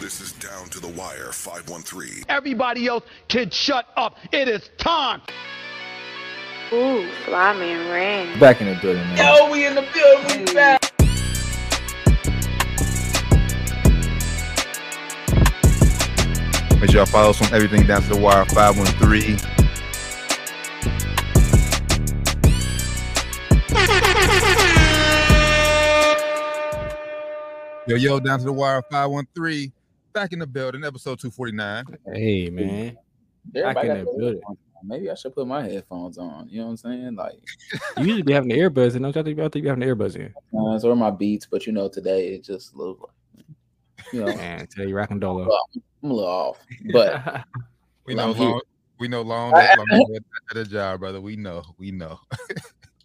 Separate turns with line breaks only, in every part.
This is Down to the Wire 513.
Everybody else can shut up. It is time.
Ooh, fly me and rain.
Back in the building, man.
Yo, we in the building. We back.
Make sure y'all follow us on everything down to the wire 513. Yo, yo, down to the wire 513. Back in the building, episode 249.
Hey, man.
Everybody
Back
got
in
their
the building.
headphones on. Maybe I should put my headphones on. You know what I'm saying? Like,
You usually be having the earbuds in. Don't y'all think, y'all think you having the earbuds in?
uh, so are my beats, but you know, today it just looks like, you know, I'm
Man, tell you, rocking dollar.
a little off. But
We
Well,
know
I'm here.
long, we know long, long, long at a job, brother. We know, we know.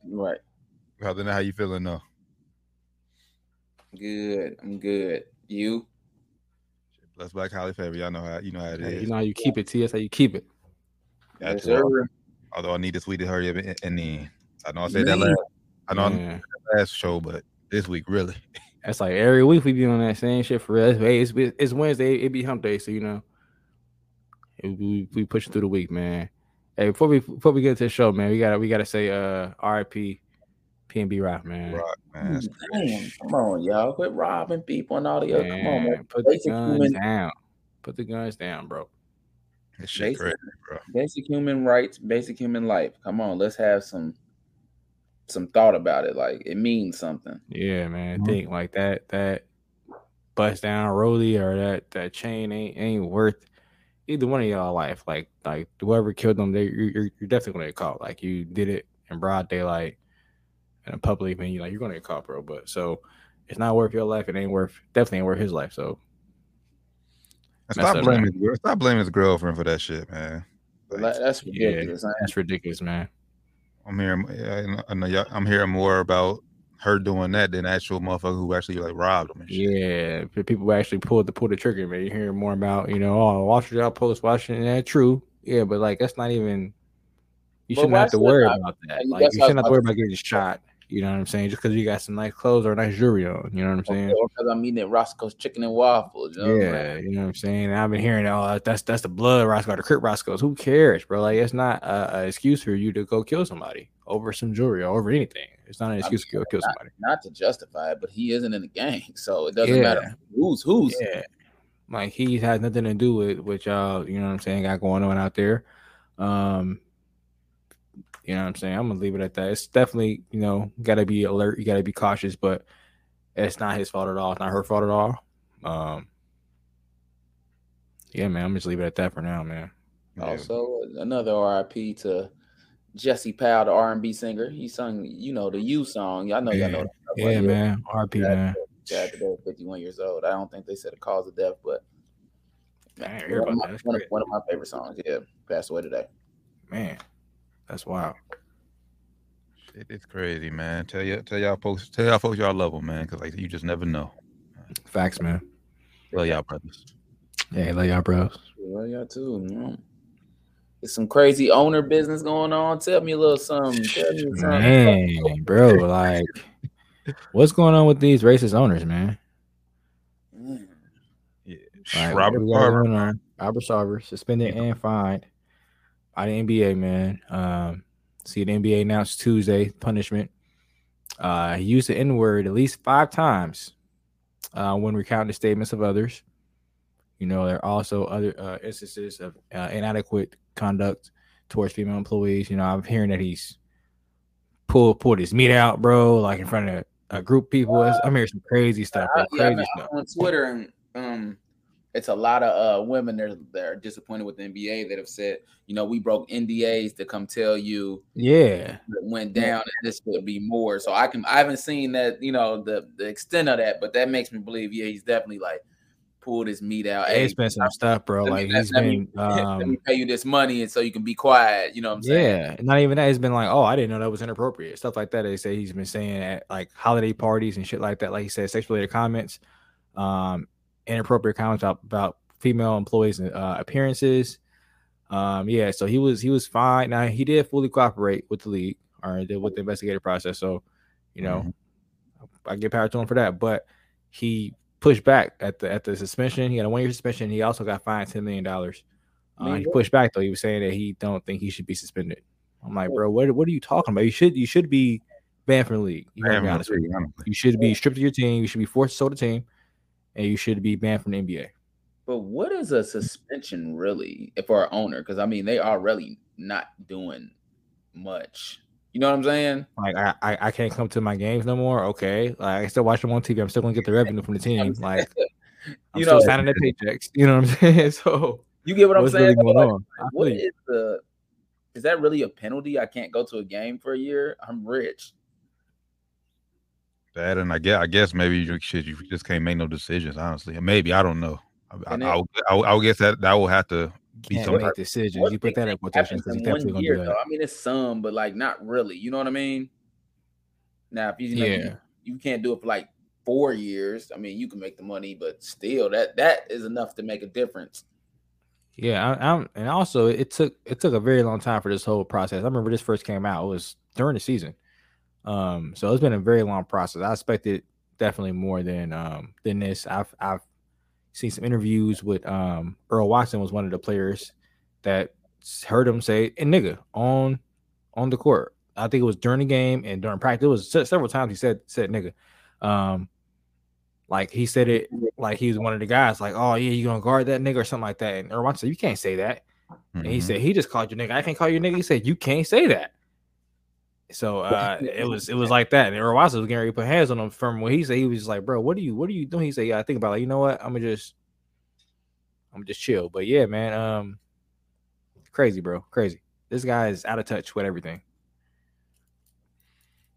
right,
Brother, now how you feeling though?
good. I'm good. You?
Blessed by Holly Favor. Y'all know how you know how it
Hey,
is.
you know how you keep it, T. That's how you keep it.
Yes,
Gotcha.
sir.
Although I need this week to hurry up and, and then I know I said that
Man.
last I know I said
Man,
that last show, but this week really.
That's like every week we be on that same shit for us. Hey, it's, it's Wednesday. It be hump day, so you know. it- We, we pushing through the week, man. Hey, before we before we get to the show, man, we gotta we gotta say uh RIP PNB Rock, man.
Rock, man.
Hmm.
That's
Damn, come on, y'all. Quit robbing people and all the other. Come on,
Man,
man.
put the
Basic
guns
human-
down. Put the guns down, bro.
This shit
Jason.
crazy, bro.
Basic human rights, basic human life. Come on, let's have some some thought about it. Like, it means something.
Yeah, man.
Mhm.
Think like that that bust down Roly or that that chain ain't ain't worth either one of y'all life. Like like whoever killed them, they you- you're, you're definitely gonna get caught. Like you did it in broad daylight in a public venue, like you're gonna get caught, bro. But so it's not worth your life. It ain't worth definitely ain't worth his life. So
And
Messed
stop
up,
blaming
man.
his girl. Stop blaming his girlfriend for that shit, man. Like,
Like, that's
Yeah.
ridiculous. I-
that's ridiculous, man.
I'm hearing, yeah, I know y'all, I'm hearing more about her doing that than actual motherfucker who actually like robbed him. And shit.
Yeah, the people who actually pulled the pull the trigger, man. You're hearing more about, you know, oh Washington outpost Washington, that true. Yeah, but like that's not even you
But
shouldn't
why
have to
should
worry
I-
about that.
I-
Like you
that's what I
shouldn't have to
was
worry about getting shot. You know what I'm saying? Just because you got some nice clothes or nice jewelry on. You know what I'm saying?
Or because "Oh, I'm eating at Roscoe's chicken and waffles. You know what I'm saying?
Yeah, you know what I'm saying. And I've been hearing, oh, that's that's the blood Roscoe, the Crip Roscoe's. Who cares, bro? Like, it's not an excuse for you to go kill somebody over some jewelry or over anything. It's not an excuse to go kill somebody.
not to justify it, but he isn't in the gang, so it doesn't
Yeah.
matter who's who's.
Yeah. Like he has nothing to do with what y'all, you know what I'm saying, got going on out there. Um you know what I'm saying? I'm gonna leave it at that. It's definitely, you know, gotta be alert, you gotta be cautious, but it's not his fault at all. It's not her fault at all. Um Yeah, man, I'm just leave it at that for now, man.
Yeah.
Also, another RIP to Jesse Powell, the R&B singer. He sung, you know, the "You" song. I know y'all know. That song,
Yeah,
but he was
man. RP man.
Sad today, at 51 years old. I don't think they said the cause of death, but
Man, I didn't hear
one of,
about
my,
that. That's
one of-
crazy.
one of my favorite songs. Yeah, passed away today.
Man, that's wild.
Shit, it's crazy, man. Tell you, tell y'all folks, tell y'all folks y'all love him, man. Cause like you just never know.
Facts, man.
Love y'all brothers.
Hey, love y'all bros.
Well, y'all too. mm. There's some crazy owner business going on. Tell me a little something. Tell me something.
Man, bro, like, what's going on with these racist owners, man?
Mm.
Like,
Robert
what we got
Carver.
going on? Robert Sarver suspended and fined by the NBA, man. Um, see, the NBA announced Tuesday punishment. Uh, he used the N word at least five times uh, when recounting the statements of others. You know, there are also other uh, instances of uh, inadequate conduct towards female employees. You know, I'm hearing that he's pulled pulled his meat out, bro, like in front of a group of people. That's- I'm hearing some crazy stuff, bro.
I, yeah, I
Crazy
mean,
stuff.
I'm on Twitter and um, it's a lot of uh, women that are, that are disappointed with the NBA that have said, you know, we broke NDAs to come tell you
Yeah.
it went down and this would be more. So I can I haven't seen that, you know, the the extent of that, but that makes me believe, yeah, he's definitely like pulled his meat out.
Yeah, it's been some stuff, bro.
let me-
Like
let-
he's
let me-
been,
let me
um,
pay you this money and so you can be quiet. You know what I'm saying?
yeah, not even that. It's been like, oh, I didn't know that was inappropriate stuff like that. They say he's been saying at like holiday parties and shit like that. Like he said, sexual related comments, um, inappropriate comments about, about female employees and uh, appearances. Um, yeah, so he was he was fine. Now he did fully cooperate with the league or did with the
Mm-hmm.
investigative process. So, you know, I give power to him for that. But he pushed back at the at the suspension. He got a one year suspension. He also got fined ten million dollars. Uh, he pushed back though. He was saying that he don't think he should be suspended. I'm like, bro, what what are you talking about? You should you should be banned from the league. You
I
know, to
haven't
be honest with
agreed,
you.
honestly.
You should be stripped of your team. You should be forced to sell the team, and you should be banned from the NBA.
But what is a suspension really for our owner? Because I mean, they are really not doing much. You know what I'm saying?
Like I, I I can't come to my games no more. Okay, like I still watch them on TV. I'm still gonna get the revenue from the team. Like I'm
you
still
know,
signing their paychecks. You know what I'm saying? So
you get what I'm
what's really
saying.
going
Like,
on? I
what
feel you.
is the? Is that really a penalty? I can't go to a game for a year. I'm rich.
That and I guess I guess maybe you shit you just can't make no decisions. Honestly, maybe I don't know. I, I,
And it-
I, would- I, would- I would guess that that will have to be
can't
something.
make decisions.
What
You put
big
that
thing
in quotations
happens
because
in
he's definitely
one
gonna
year,
do that.
though. I mean, it's some, but like not really. You know what I mean? Now, if you, you know,
Yeah.
you, you can't do it for like four years. I mean, you can make the money, but still, that that is enough to make a difference.
Yeah, I, I'm, and also it took it took a very long time for this whole process. I remember this first came out; it was during the season, um, so it's been a very long process. I expected definitely more than um than this. I've I've seen some interviews with um Earl Watson was one of the players that s- heard him say "and nigga" on on the court. I think it was during the game and during practice. It was se- several times he said said "nigga," um, like he said it like he was one of the guys, like, oh yeah, you gonna guard that nigga or something like that. And Irwan said, you can't say that. And he
Mhm.
said, he just called you nigga. I can't call you nigga. He said, you can't say that. So uh, it was it was like that. And Irwan was getting ready to put hands on him from what he said. He was just like, bro, what are you what are you doing? He said, yeah, I think about it. like, you know what? I'm gonna just I'm just chill. But yeah, man, um, crazy, bro, crazy. This guy is out of touch with everything.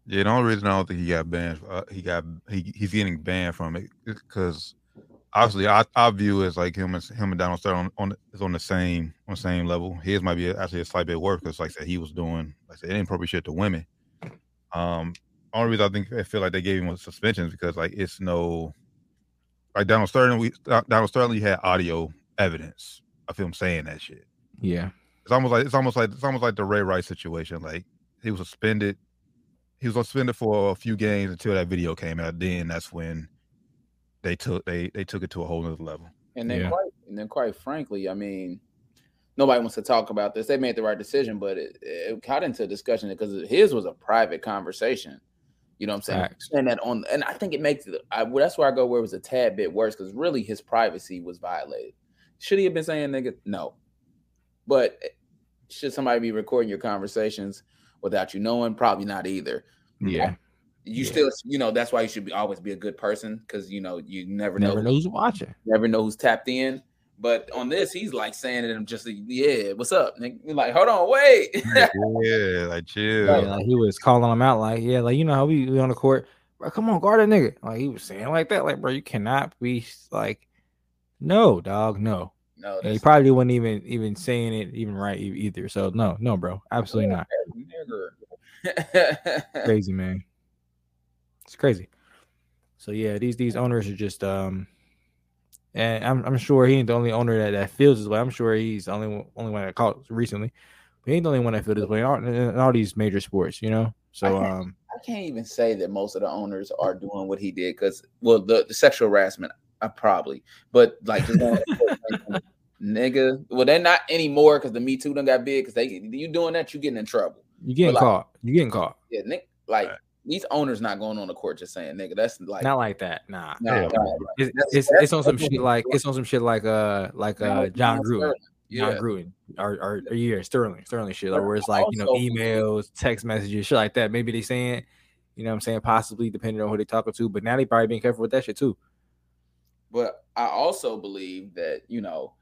Yeah, the only reason I don't think he got banned, uh, he got he, he's getting banned from it because obviously I, I view it as like him and him and Donald Sterling on, on is on the same on the same level. His might be actually a slight bit worse because like I said, he was doing like I said inappropriate shit to women. Um, only reason I think I feel like they gave him a suspension is because like it's no like Donald Sterling. We Donald Sterling had audio evidence of him saying that shit
Yeah,
it's almost like it's almost like it's almost like the Ray Rice situation. Like he was suspended, he was suspended for a few games until that video came out. Then that's when they took they they took it to a whole nother level.
And then,
Yeah.
quite, and then, quite frankly, I mean, nobody wants to talk about this. They made the right decision, but it, it got into a discussion because his was a private conversation. You know what I'm saying?
Facts.
And that on, and I think it makes it. I, well, that's where I go where it was a tad bit worse because really his privacy was violated. Should he have been saying nigga? No, but eh, should somebody be recording your conversations without you knowing? Probably not either.
yeah.
You
Yeah.
still, you know, that's why you should be always be a good person because you know you never,
Never
know
knows who's watching.
never know who's tapped in. But on this, he's like saying it and just like, yeah, what's up? nigga? You're like, hold on, wait.
yeah, like chill.
Yeah, like he was calling him out, like, yeah, like you know how we, we on the court, bro. Come on, guard that nigga. Like he was saying like that, like, bro, you cannot be like, no, dog, no.
no,
And he
that's
probably wasn't even even saying it even right e- either. So no, no, bro, absolutely not.
nigger.
Crazy man, it's crazy. So yeah, these these owners are just um, and I'm I'm sure he ain't the only owner that that feels this way. I'm sure he's the only one- only one that caught recently. But he ain't the only one that feels this way in all, in all these major sports, you know. So
I-
um,
I can't even say that most of the owners are doing what he did because, well, the, the sexual harassment, I probably, but like, just going- nigga, well, they're not anymore because the Me Too done got big because they you doing that, you getting in trouble.
you getting
like-
caught, you getting caught.
Yeah, Nick, like
Right.
these owners not going on the court just saying, nigga, that's like,
not like that. Nah,
nah,
Yeah.
nah,
it's,
That's-
it's,
that's-
it's on some
that's-
shit like it's on some shit like uh like uh John Gruden, John
Yeah.
Gruden, or or, or yeah Sterling, Sterling shit, like, where it's like you know
Also-
emails, text messages, shit like that. Maybe they saying, you know, what I'm saying possibly depending on who they talking to, but now they probably being careful with that shit too.
But I also believe that, you know,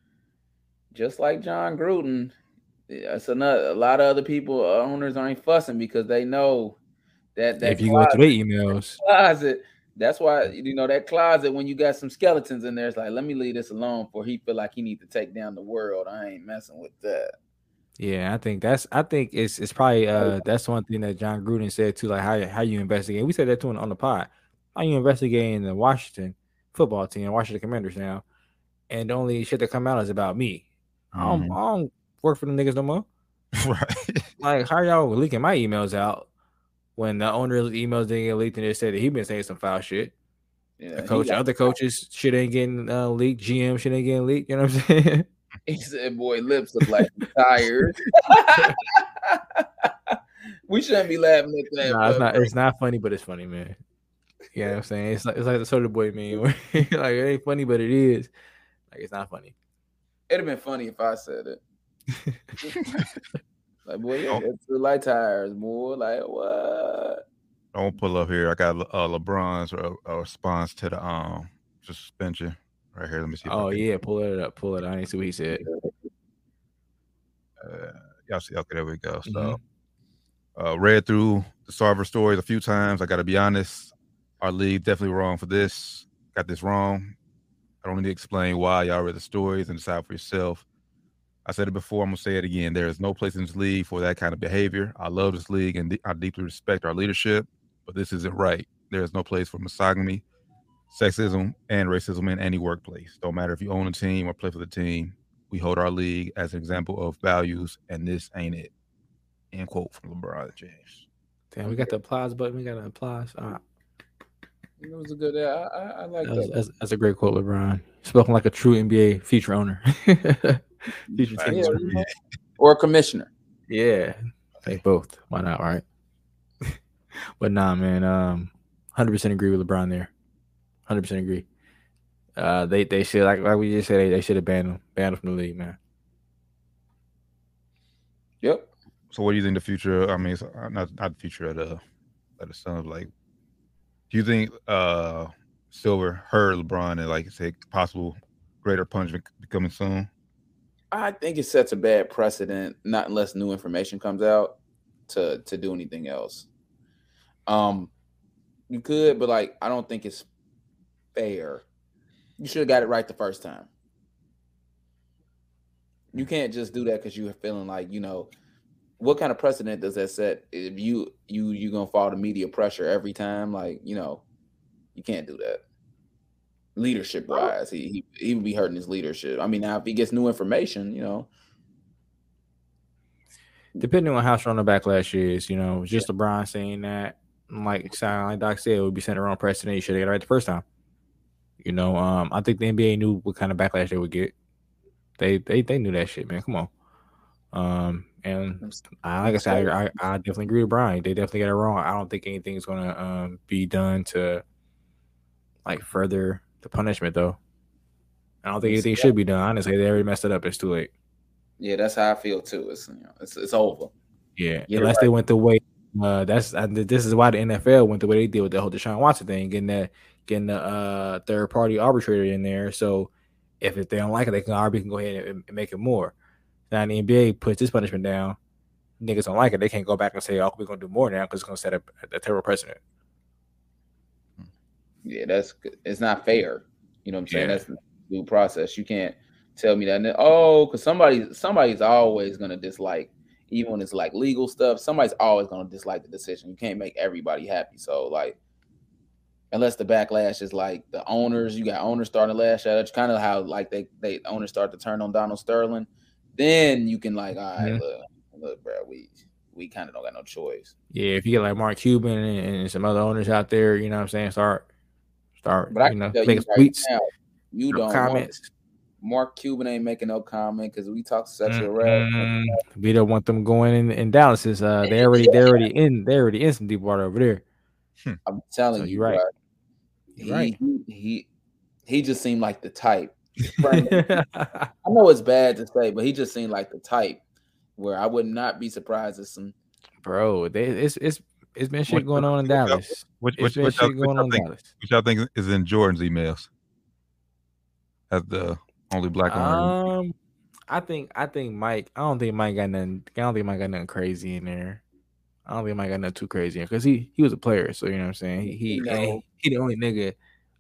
just like John Gruden, that's another a lot of other people uh, owners ain't fussing because they know that that
if you go
closet,
to the emails,
closet- that's why you know that closet when you got some skeletons in there, it's like let me leave this alone for he feel like he need to take down the world. I ain't messing with that.
yeah, I think that's I think it's it's probably
Oh,
uh that's one thing that John Gruden said too, like how how you investigate. We said that too on, on the pod. How you investigating the Washington football team, Washington Commanders now, and the only shit that come out is about me. I don't,
Mm.
Mhm.
I don't work for them niggas no more.
right.
Like, how y'all leaking my emails out when the owner's emails didn't get leaked and they said that he been saying some foul shit?
Yeah,
The
he
coach,
got-
other coaches, shit ain't getting uh, leaked. GM shit ain't getting leaked. You know what I'm saying?
He said, "Boy, lips look like he's tired." we shouldn't be laughing at that.
nah, it's
but-
not. It's not funny, but it's funny, man. You know what I'm saying? It's like it's like the Soda Boy meme. Where like it ain't funny, but it is. Like it's not funny.
It'd have been funny if I said it. like, boy, yeah,
Oh.
it's like tires, boy. Like, what?
Don't pull up here. I got Le- uh, LeBron's uh, uh, response to the um suspension right here. Let me see. if I
Oh
can-
yeah, pull it up, pull it. Up. I didn't see what he said.
uh, y'all see. Okay, there we go. So, uh, read through the Sarver stories a few times. I got to be honest, our league definitely wrong for this. Got this wrong. I don't need to explain why y'all read the stories and decide for yourself. I said it before. I'm gonna say it again. There is no place in this league for that kind of behavior. I love this league and de- I deeply respect our leadership, but this isn't right. There is no place for misogyny, sexism, and racism in any workplace. Don't matter if you own a team or play for the team. We hold our league as an example of values, and this ain't it. End quote from LeBron James.
Damn, we got the applause button. We got the applause. Ah,
It was a good. I, I, I like
that was-
that.
that's, that's a great quote, LeBron. Spoken like a true NBA future owner, future
Facts.
team
Yeah,
owner.
you know, or commissioner.
Yeah, they both. Why not? Right. but nah, man. Um, hundred percent agree with LeBron there. Hundred percent agree. Uh, they they should like like we just said they, they should have banned him banned him from the league, man.
Yep.
So, what do you think the future? I mean, it's not not the future of the of the Suns. Like, do you think uh Silver heard LeBron and like say possible greater punishment coming soon?
I think it sets a bad precedent, not unless new information comes out to to do anything else. Um, you could, but like, I don't think it's fair. You should have got it right the first time. You can't just do that because you are feeling like you know. What kind of precedent does that set? If you you you gonna fall to media pressure every time, like you know, you can't do that. Leadership wise, he, he he would be hurting his leadership. I mean, now if he gets new information, you know,
Depending on how strong the backlash is, you know, just LeBron saying that, like sound like Doc said, it would be sent around precedent. You should have got it right the first time. You know, um, I think the NBA knew what kind of backlash they would get. They they they knew that shit, man. Come on. Um, and I, like I said, I, I, I definitely agree with Brian. They definitely got it wrong. I don't think anything's gonna um, be done to like further the punishment, though. I don't think anything should be done. Honestly, they already messed it up. It's too late.
Yeah, that's how I feel too. It's you know, it's it's over.
Yeah,
Yeah,
unless they went the way. Uh, that's I, th- this is why the NFL went the way they did with the whole Deshaun Watson thing, getting that getting the uh, third party arbitrator in there. So if, if they don't like it, they can arbitrate can go ahead and, and make it more. Now the NBA puts this punishment down. Niggas don't like it. They can't go back and say, "Oh, we're gonna do more now" because it's gonna set up a, a terrible precedent.
Yeah, that's good. it's not fair. You know what I'm saying?
Yeah.
That's the due process. You can't tell me that. and then, Oh, because somebody somebody's always gonna dislike, even when it's like legal stuff. Somebody's always gonna dislike the decision. You can't make everybody happy. So like, unless the backlash is like the owners, you got owners starting to lash out. That's kind of how like they they owners start to turn on Donald Sterling. Then you can like, all right,
Yeah.
look, look, bro, we we kind of don't got no choice.
Yeah, if you get like Mark Cuban and, and some other owners out there, you know what I'm saying. Start, start,
But I
you
can
know,
tell you
make
right
tweets,
now, you don't want
comments.
Mark Cuban ain't making no comment because we talk sexual harassment.
Mm-mm.
Mm-hmm.
We don't want them going in, in Dallas. Is uh, they already they already in they already in some deep water over there.
I'm telling
So
you,
you're right.
bruh,
You're
he,
right.
He he just seemed like the type. Right. I know it's bad to say, but he just seemed like the type where I would not be surprised if some.
Bro, they, it's it's it's been
What-
shit going on in
what y'all-
Dallas.
Which
It's
which,
been
which, y'all-
shit
which,
going
y'all
on in
think,
Dallas.
which y'all think is in Jordan's emails? As the only black owner.
Um, I think I think Mike. I don't think Mike got nothing. I don't think Mike got nothing crazy in there. I don't think Mike got nothing too crazy because he he was a player, so you know what I'm saying. He he,
You
and
know.
he the only nigga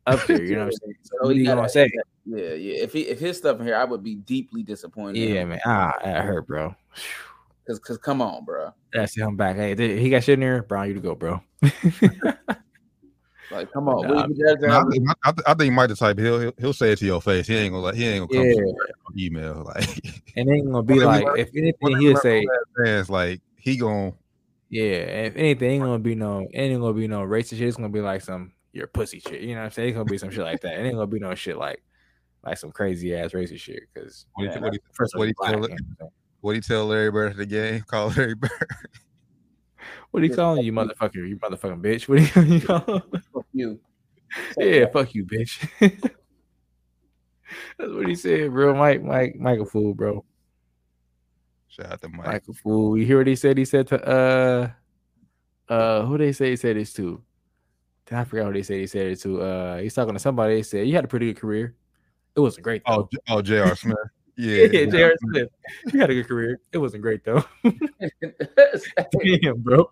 up there. You know what I'm saying.
So
What are you
gotta-
gonna say?
Yeah, yeah. If he if his stuff in here, I would be deeply disappointed.
Yeah, man. Ah, that hurt, bro.
because because come on, bro.
That's it. I'm back. Hey, th- he got shit in there. Brown, you to go, bro.
Like, come on.
Nah,
we- we-
And I, think- I, think- I think Mike the type he'll, he'll he'll say it to your face. He ain't gonna like he ain't gonna come to you on email like.
And they ain't gonna be
Well,
like,
then we-
if anything, he'll say,
fans like he gon'
yeah. If anything, ain't gonna be no, ain't gonna be no racist shit. It's gonna be like some, you're a pussy shit. You know what I'm saying? It's gonna be some shit like that. It ain't gonna be no shit like like some crazy ass racist shit. Because
What do you-
man,
what do you-
first of all,
what do you
black,
call it?
you know,
What do you tell Larry Bird at the game? Call Larry Bird.
what are you calling you motherfucker? You motherfucking bitch. What do you, you call?
Fuck you.
yeah, fuck you, bitch. That's what he said, bro. Mike, Mike, Michael Fool, bro.
Shout out to Mike.
Michael Fool. You hear what he said? He said to uh uh who they say he said this to? Damn, I forgot who they said he said it to. Uh he's talking to somebody. He said, You had a pretty good career. It wasn't great
Oh,
though.
J- oh, J.R. Smith.
yeah,
Yeah,
yeah, J.R. Smith. You had a good career. It wasn't great though. Damn, bro.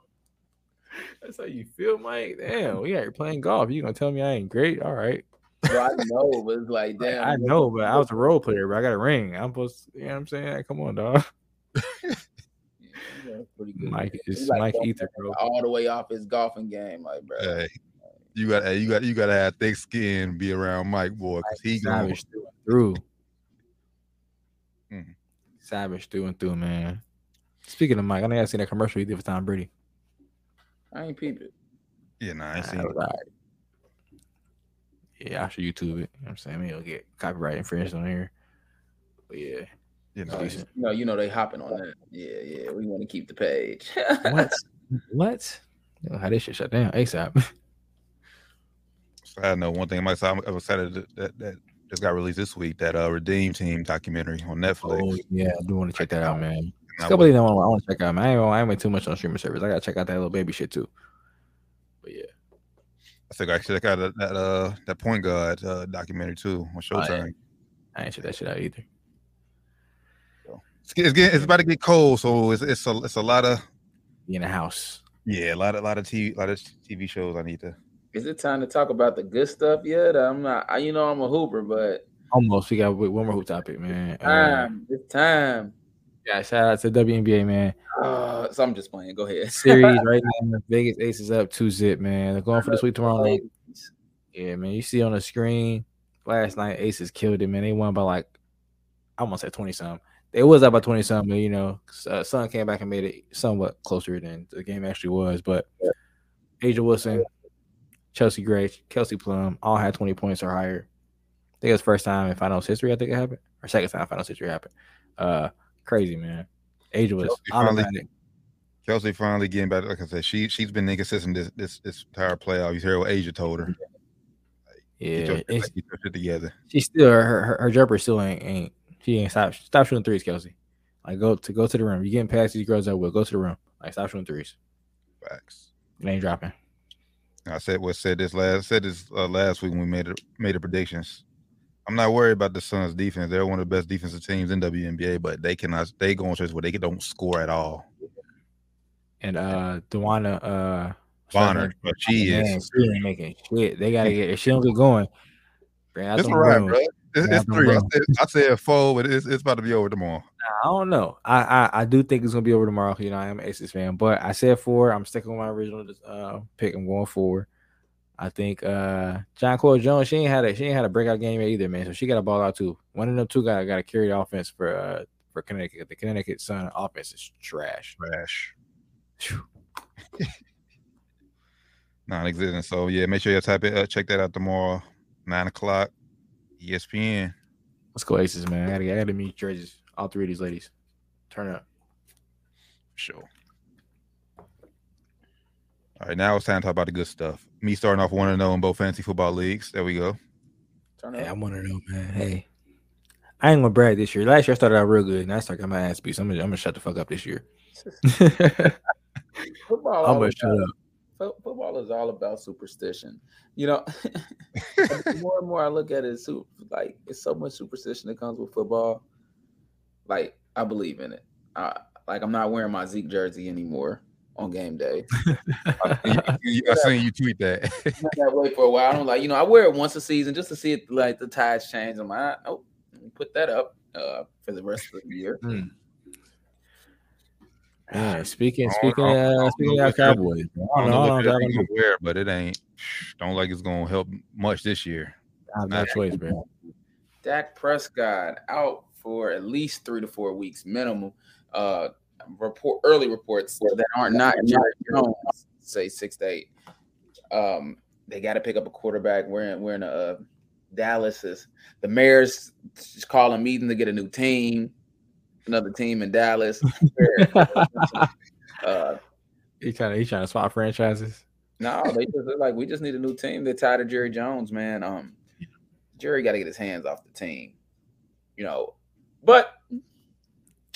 That's how you feel, Mike. Damn, we out here playing golf. You gonna tell me I ain't great? All right.
Bro, I know it was like
Like,
damn.
I know, but I was a role player, but I got a ring. I'm supposed to, you know what I'm saying? Like, Come on, dog.
Yeah, you know, pretty good.
Mike
He,
is
like,
Mike
don't
Ether, bro.
all the way off his golfing game, like bro.
Hey, you got, hey, you got, you got to have thick skin to be around Mike, boy, because he going
Savage through and through.
Mhm.
Savage through and through, man. Speaking of Mike, I think I seen that commercial he did for Tom Brady.
I ain't peep it.
Yeah, nah, I ain't
Nah,
seen
it was all right. Yeah, I should YouTube it. You know what I'm saying? Maybe it'll get copyright infringement on here. But yeah.
you
it's
know.
decent.
No, you know they hopping on that. Yeah, yeah. We want to keep the page.
What? what? You know how this shit shut down ASAP.
So I know one thing. Mike, so I'm I'm excited that, that that just got released this week. That uh, Redeem Team documentary on Netflix.
Oh, yeah, I do want to check that out, man.
And I
It's a
was-
couple things I want, I want to check out. Man, I ain't, gonna- I ain't went too much on streaming service. I gotta check out that little baby shit too. But yeah,
I think I check out that, that uh that point guard uh, documentary too on
Oh, yeah.
Showtime.
I ain't check that shit out either.
it's, get- it's, getting, it's about to get cold, so it's it's a it's a lot of
Be in the house.
yeah, a lot of lot of TV lot of TV shows I need to.
Is it time to talk about the good stuff yet? I'm not. I, you know, I'm a hooper, but
Almost. We got wait, one more hoop topic, man. Uh,
time. It's time.
yeah, shout out to WNBA, man.
Uh, so I'm just playing. Go ahead.
Series right now. Vegas Aces up two zip, man. They're going for this week tomorrow. night.
Ladies.
Yeah, man. You see on the screen last night, Aces killed it, man. They won by like I want to say twenty something. They was up by twenty something, but you know, uh, Sun came back and made it somewhat closer than the game actually was. But Asia Wilson, Chelsea Gray, Kelsey Plum all had twenty points or higher. I think it's first time in finals history. I think it happened, or second time in finals history happened. Uh, crazy man. Asia was
Chelsea
all
finally-
about it.
Kelsey finally getting back. Like I said, she she's been inconsistent this this, this entire playoff. You hear what Asia told her. Get your
Yeah,
shit-
it's-
get your shit together.
She still her her, her jumper still ain't, ain't she ain't stop stop shooting threes, Kelsey. Like go to go to the room. You getting past these girls that will go to the room. Like stop shooting threes.
Facts.
It ain't dropping.
And I said what said this last said this uh, last week when we made it made the predictions. I'm not worried about the Suns defense. They're one of the best defensive teams in WNBA, but they cannot they go on stretches where they don't score at all.
And uh Dewana uh
Bonner, but she
man,
is
she ain't making shit. They gotta get if she don't get going. bring out
it's
them
all right,
brooms.
bro. It's,
Yeah,
it's
them
three. I
brooms.
said, I said four, but it's, it's about to be over tomorrow.
I don't know. I, I I do think it's gonna be over tomorrow. You know, I am an Aces fan, but I said four. I'm sticking with my original uh, pick. I'm going four. I think uh John Cole Jones. She ain't had a she ain't had a breakout game yet either, man. So she got a ball out too. One of them two got got to carry the offense for uh for Connecticut. The Connecticut Sun offense is trash.
Trash.
Phew.
Non-existent. So yeah, make sure you type it. Uh, check that out tomorrow, nine o'clock, E ESPN.
Let's go Aces, man. I gotta I gotta meet Dredges. All three of these ladies. Turn up.
Sure. All right, now it's time to talk about the good stuff. Me starting off one and zero in both fantasy football leagues. There we go.
Turn
Hey,
it
I
up.
want to know, man. Hey, I ain't gonna brag this year. Last year I started out real good, and I started got my ass beat. So I'm gonna, I'm gonna shut the fuck up this year.
Football.
I'm gonna
always
shut up.
Fo- football is all about superstition. You know, the more and more I look at it, it's su- like it's so much superstition that comes with football. Like I believe in it. I, like I'm not wearing my Zeke jersey anymore on game day.
I seen you tweet that.
It's been that way for a while. I'm like, you know, I wear it once a season just to see it like the tides change. I'm like, ah, oh, let me put that up uh, for the rest of the year.
Man, speaking
I don't
speaking
know. I
uh,
don't
speaking
know
of
what that-
Cowboys, man,
I
I
don't know what
don't
they're
know.
gonna wear, but it ain't. Don't like it's gonna help much this year.
I have no choice, man.
Dak Prescott out for at least three to four weeks minimum. Uh, report early reports that aren't not Jerry Jones say six to eight. Um, they got to pick up a quarterback. We're in we're in a uh, Dallas is the mayor's just calling meeting to get a new team, another team in Dallas. uh,
He trying to he trying to swap franchises.
no, they just they're like we just need a new team. They're tired of Jerry Jones, man. Um, Jerry got to get his hands off the team, you know. But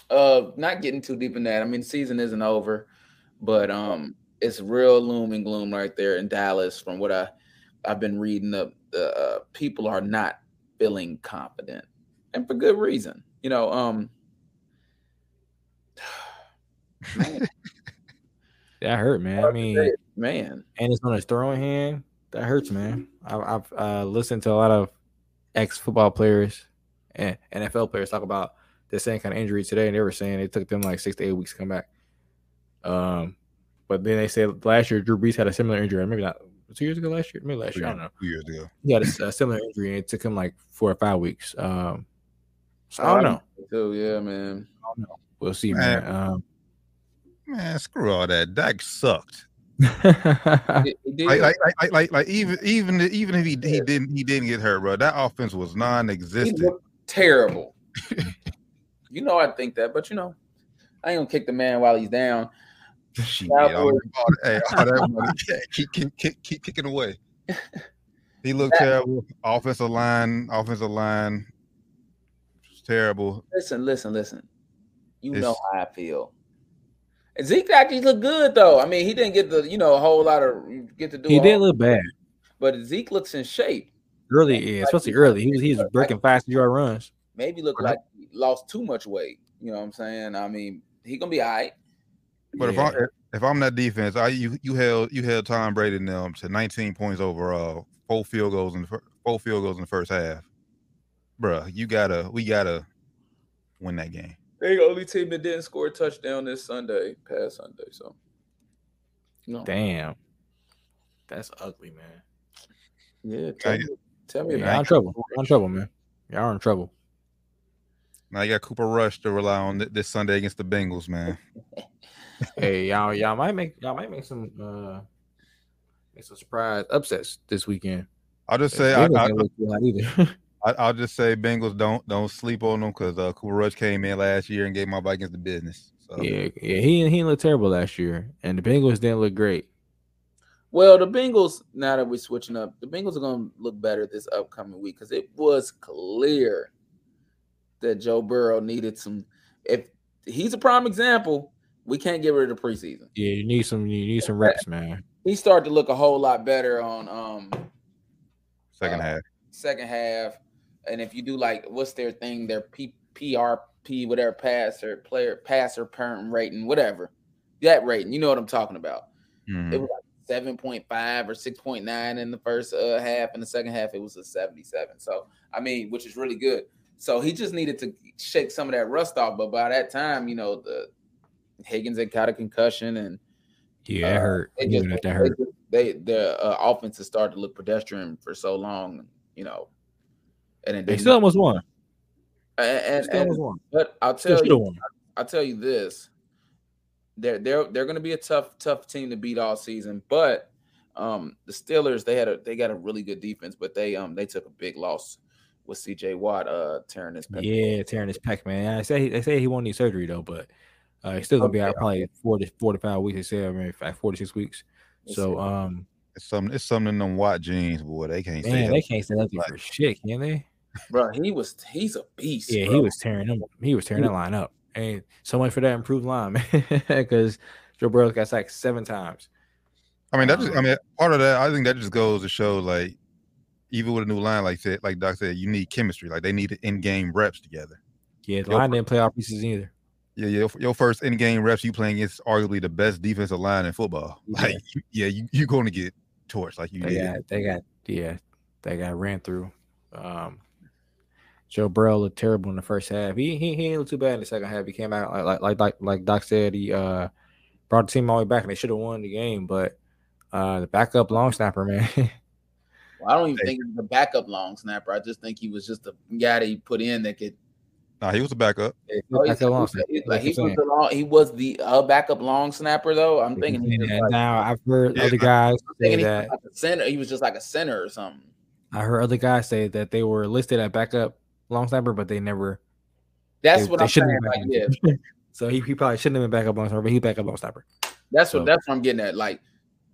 uh, not getting too deep in that. I mean, season isn't over, but um, it's real loom and gloom right there in Dallas. From what I I've been reading, the the uh, people are not feeling confident, and for good reason. You know, um, man,
That hurt, man. I mean,
man,
and it's on his throwing hand. That hurts, man. I've, I've uh, listened to a lot of ex football players and NFL players talk about the same kind of injury today, and they were saying it took them like six to eight weeks to come back. Um, but then they said last year Drew Brees had a similar injury, or maybe not two years ago. Last year, maybe last year. I don't know.
Two years ago.
He had a, a similar injury, and it took him like four or five weeks. Um, so
Um,
I don't know.
Too, yeah, man.
We'll see, man. Um,
Man, screw all that. Dak sucked.
It- it did.
Like, like, like, like, like, like even even even if he, he didn't he didn't get hurt, bro. That offense was
He
non-existent.
looked terrible. you know, I think that, but you know, I ain't gonna kick the man while he's down.
Shit, all, all, hey, all that money, keep, keep, keep, keep kicking away. He looked terrible. Offensive line, offensive line, was terrible.
Listen, listen, listen. You know
It's-
how I feel. And Zeke actually looked good though. I mean, he didn't get the you know a whole lot of get to do.
he
a
did
whole-
look bad
but Zeke looks in shape.
early, yeah, especially early. He was he was breaking fast yard runs.
Maybe looked
Right.
like he lost too much weight. You know what I'm saying? I mean, he gonna be all right.
But
Yeah.
if I if I'm that defense, I you you held you held Tom Brady and them to 19 points overall, four field goals in the fir- four field goals in the first half. Bruh, you gotta we gotta win that game.
They the only team that didn't score a touchdown this Sunday, past Sunday. So, you know,
Damn. That's ugly, man.
yeah. Tell
I-
me, tell me
Yeah,
about
y'all in trouble. Y'all in trouble, man. Y'all in trouble.
Now you got Cooper Rush to rely on th- this Sunday against the Bengals, man.
Hey, y'all, y'all might make y'all might make some uh make some surprise upsets this weekend.
I'll just say I,
Bengals
I,
ain't look too hot either.
I, I'll just say Bengals don't don't sleep on them because uh, Cooper Rush came in last year and gave my Vikings the business. So
yeah, yeah, he he looked terrible last year, and the Bengals didn't look great.
Well, the Bengals, now that we're switching up, the Bengals are going to look better this upcoming week because it was clear that Joe Burrow needed some. If he's a prime example, we can't get rid of the preseason.
Yeah, you need some you need some reps, man.
He started to look a whole lot better on um
second half.
second half. And if you do like what's their thing, their P- PRP, whatever passer player passer parent rating, whatever that rating, you know what I'm talking about.
Mhm.
it was like 7.5 or 6.9 in the first uh, half and the second half it was a 77 so i mean which is really good so he just needed to shake some of that rust off but by that time you know the higgins had caught a concussion and
Yeah, that
Uh,
hurt.
they
Even
just-
if that hurt.
they the uh, offense has started to look pedestrian for so long you know and it
They
didn't-
still almost won. They
and, and,
still almost
and
won.
but i'll
Still
tell
should
you
have won.
I'll tell you this. They're they're they're gonna be a tough, tough team to beat all season. But um the Steelers, they had a they got a really good defense, but they um they took a big loss with CJ Watt uh tearing his pec-
Yeah, tearing his pec, man. I say he, they say he won't need surgery though, but uh, he's still gonna be out probably four to four to five weeks. They say, I mean, like four to six weeks.
Let's
So, um,
It's something. It's something in them white jeans, boy. They can't say
man, they can't say nothing for shit, can they?
bro. He was he's a beast.
Yeah, he
bro.
was tearing them. He was tearing that line up, and so much for that improved line, man. Because Joe Burrow got sacked seven times.
I mean, that just. I mean, part of that. I think that just goes to show, like, even with a new line, like said, like Doc said, you need chemistry. Like they need in-game reps together.
Yeah, the
Yo,
line didn't play off pieces either.
Yeah, your, your first in-game reps, you playing against arguably the best defensive line in football.
Yeah.
Like, you- yeah, you you're going to get torched. Like you
They
did.
got, they got, yeah, they got ran through. Um, Joe Burrow looked terrible in the first half. He he, he didn't look too bad in the second half. He came out like like like like, like Doc said. He uh brought the team all the way back, and they should have won the game. But uh the backup long snapper, man,
I don't even think he was a backup long snapper. I just think he was just a guy that he put in that could
Nah, he was a backup.
Oh, he's-
That's a long
he's-
snapper.
he's like-
That's
he
what
was
I'm
the long, he was the uh, backup long snapper though. I'm thinking he was
And
like,
now I've heard
Yeah,
other
I-
guys
I'm
say
thinking he was
that.
like a center. He was just like a center or something.
I heard other guys say that they were listed at backup long snapper, but they never.
That's
they,
what
they
I'm saying.
shouldn't have
Like,
been
yeah,
backup. So he, he probably shouldn't have been backup long snapper, but he backup long snapper.
that's
So-
what that's what I'm getting at. Like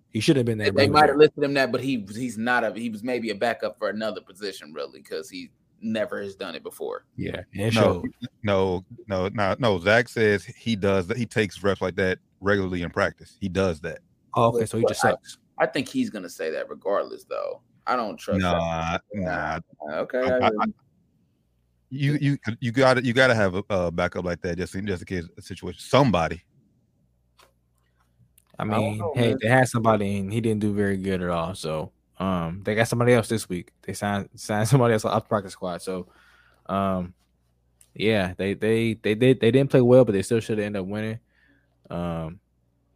He should have been there.
they, they
but-
might have listed him that, but he he's not a he was maybe a backup for another position really because he never has done it before.
Yeah, and it
No,
showed.
no, no, no, no. Zach says he does that. He takes reps like that regularly in practice. He does that.
Oh, okay, so he just
I-
sucks.
I think he's gonna say that regardless though. I don't trust. that.
Nah, nah.
Okay.
I-
I
I-
hear you.
You you you got to You got to have a, a backup like that just in, just in case a situation. Somebody.
I
don't
mean,
know,
hey,
man.
they had somebody and he didn't do very good at all. So um they got somebody else this week. They signed signed somebody else off the practice squad. So um yeah, they they they did they didn't play well, but they still should have ended up winning. Um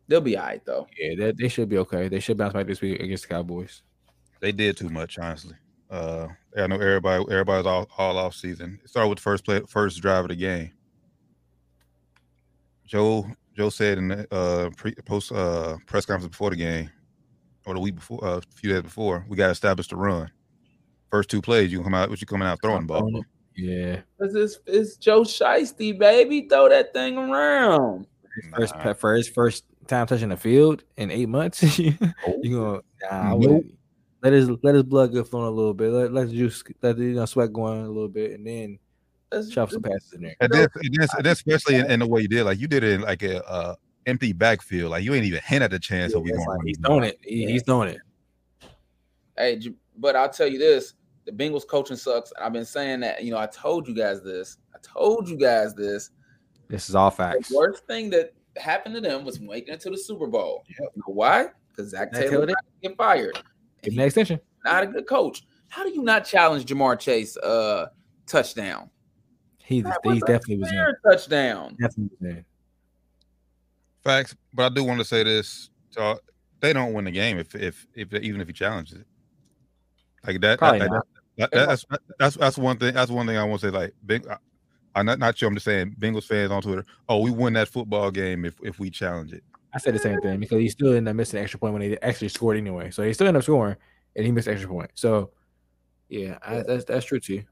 They'll be all right though.
yeah, they, they should be okay. They should bounce back this week against the Cowboys.
They did too much, honestly. Uh, I know everybody. Everybody's all, all off season. It started with the first play, first drive of the game. Joe Joe said in the uh, pre, post uh, press conference before the game, or the week before, uh, a few days before, we got to establish the run. First two plays, you come out. What you coming out throwing the ball? for?
Yeah.
Cause it's it's Joe Shiesty, baby. Throw that thing around.
First
Nah.
pe- first first time touching the field in eight months. you gonna nah, I
Nope.
wouldn't. let his let his blood get flowing a little bit. Let let the juice let the you know, sweat going a little bit and then
That's-
shove some passes in there.
And then, and then, and then especially in, in the way you did, like you did it in like a uh, empty backfield, like you ain't even hint at the chance that we
It's
going.
like
to
he's doing it. He- He's doing it.
Hey, J- but I'll tell you this: the Bengals coaching sucks. I've been saying that. You know, I told you guys this. I told you guys this.
This is all
The
facts.
worst thing that happened to them was making it to the Super Bowl. You know why? Because Zach
Zach
Taylor
Taylor did.
tried to get fired.
Give me an extension.
Not a good coach. How do you not challenge Jamar Chase uh touchdown?
He,
That
he
was a
definitely was in.
Fair touchdown.
Definitely was in.
Facts, but I do want to say this: y'all, they don't win the game if if if even if he challenges it. Like that,
Probably
that-
not.
that- that- that's that's that's one thing. That's one thing I want to say. Like, Beng- I, I'm not not sure. I'm just saying, Bengals fans on Twitter. Oh, we win that football game if if we challenge it.
I said the same thing because he still ended up missing an extra point when he actually scored anyway. So he still ended up scoring and he missed an extra point. So yeah, I, that's that's true too.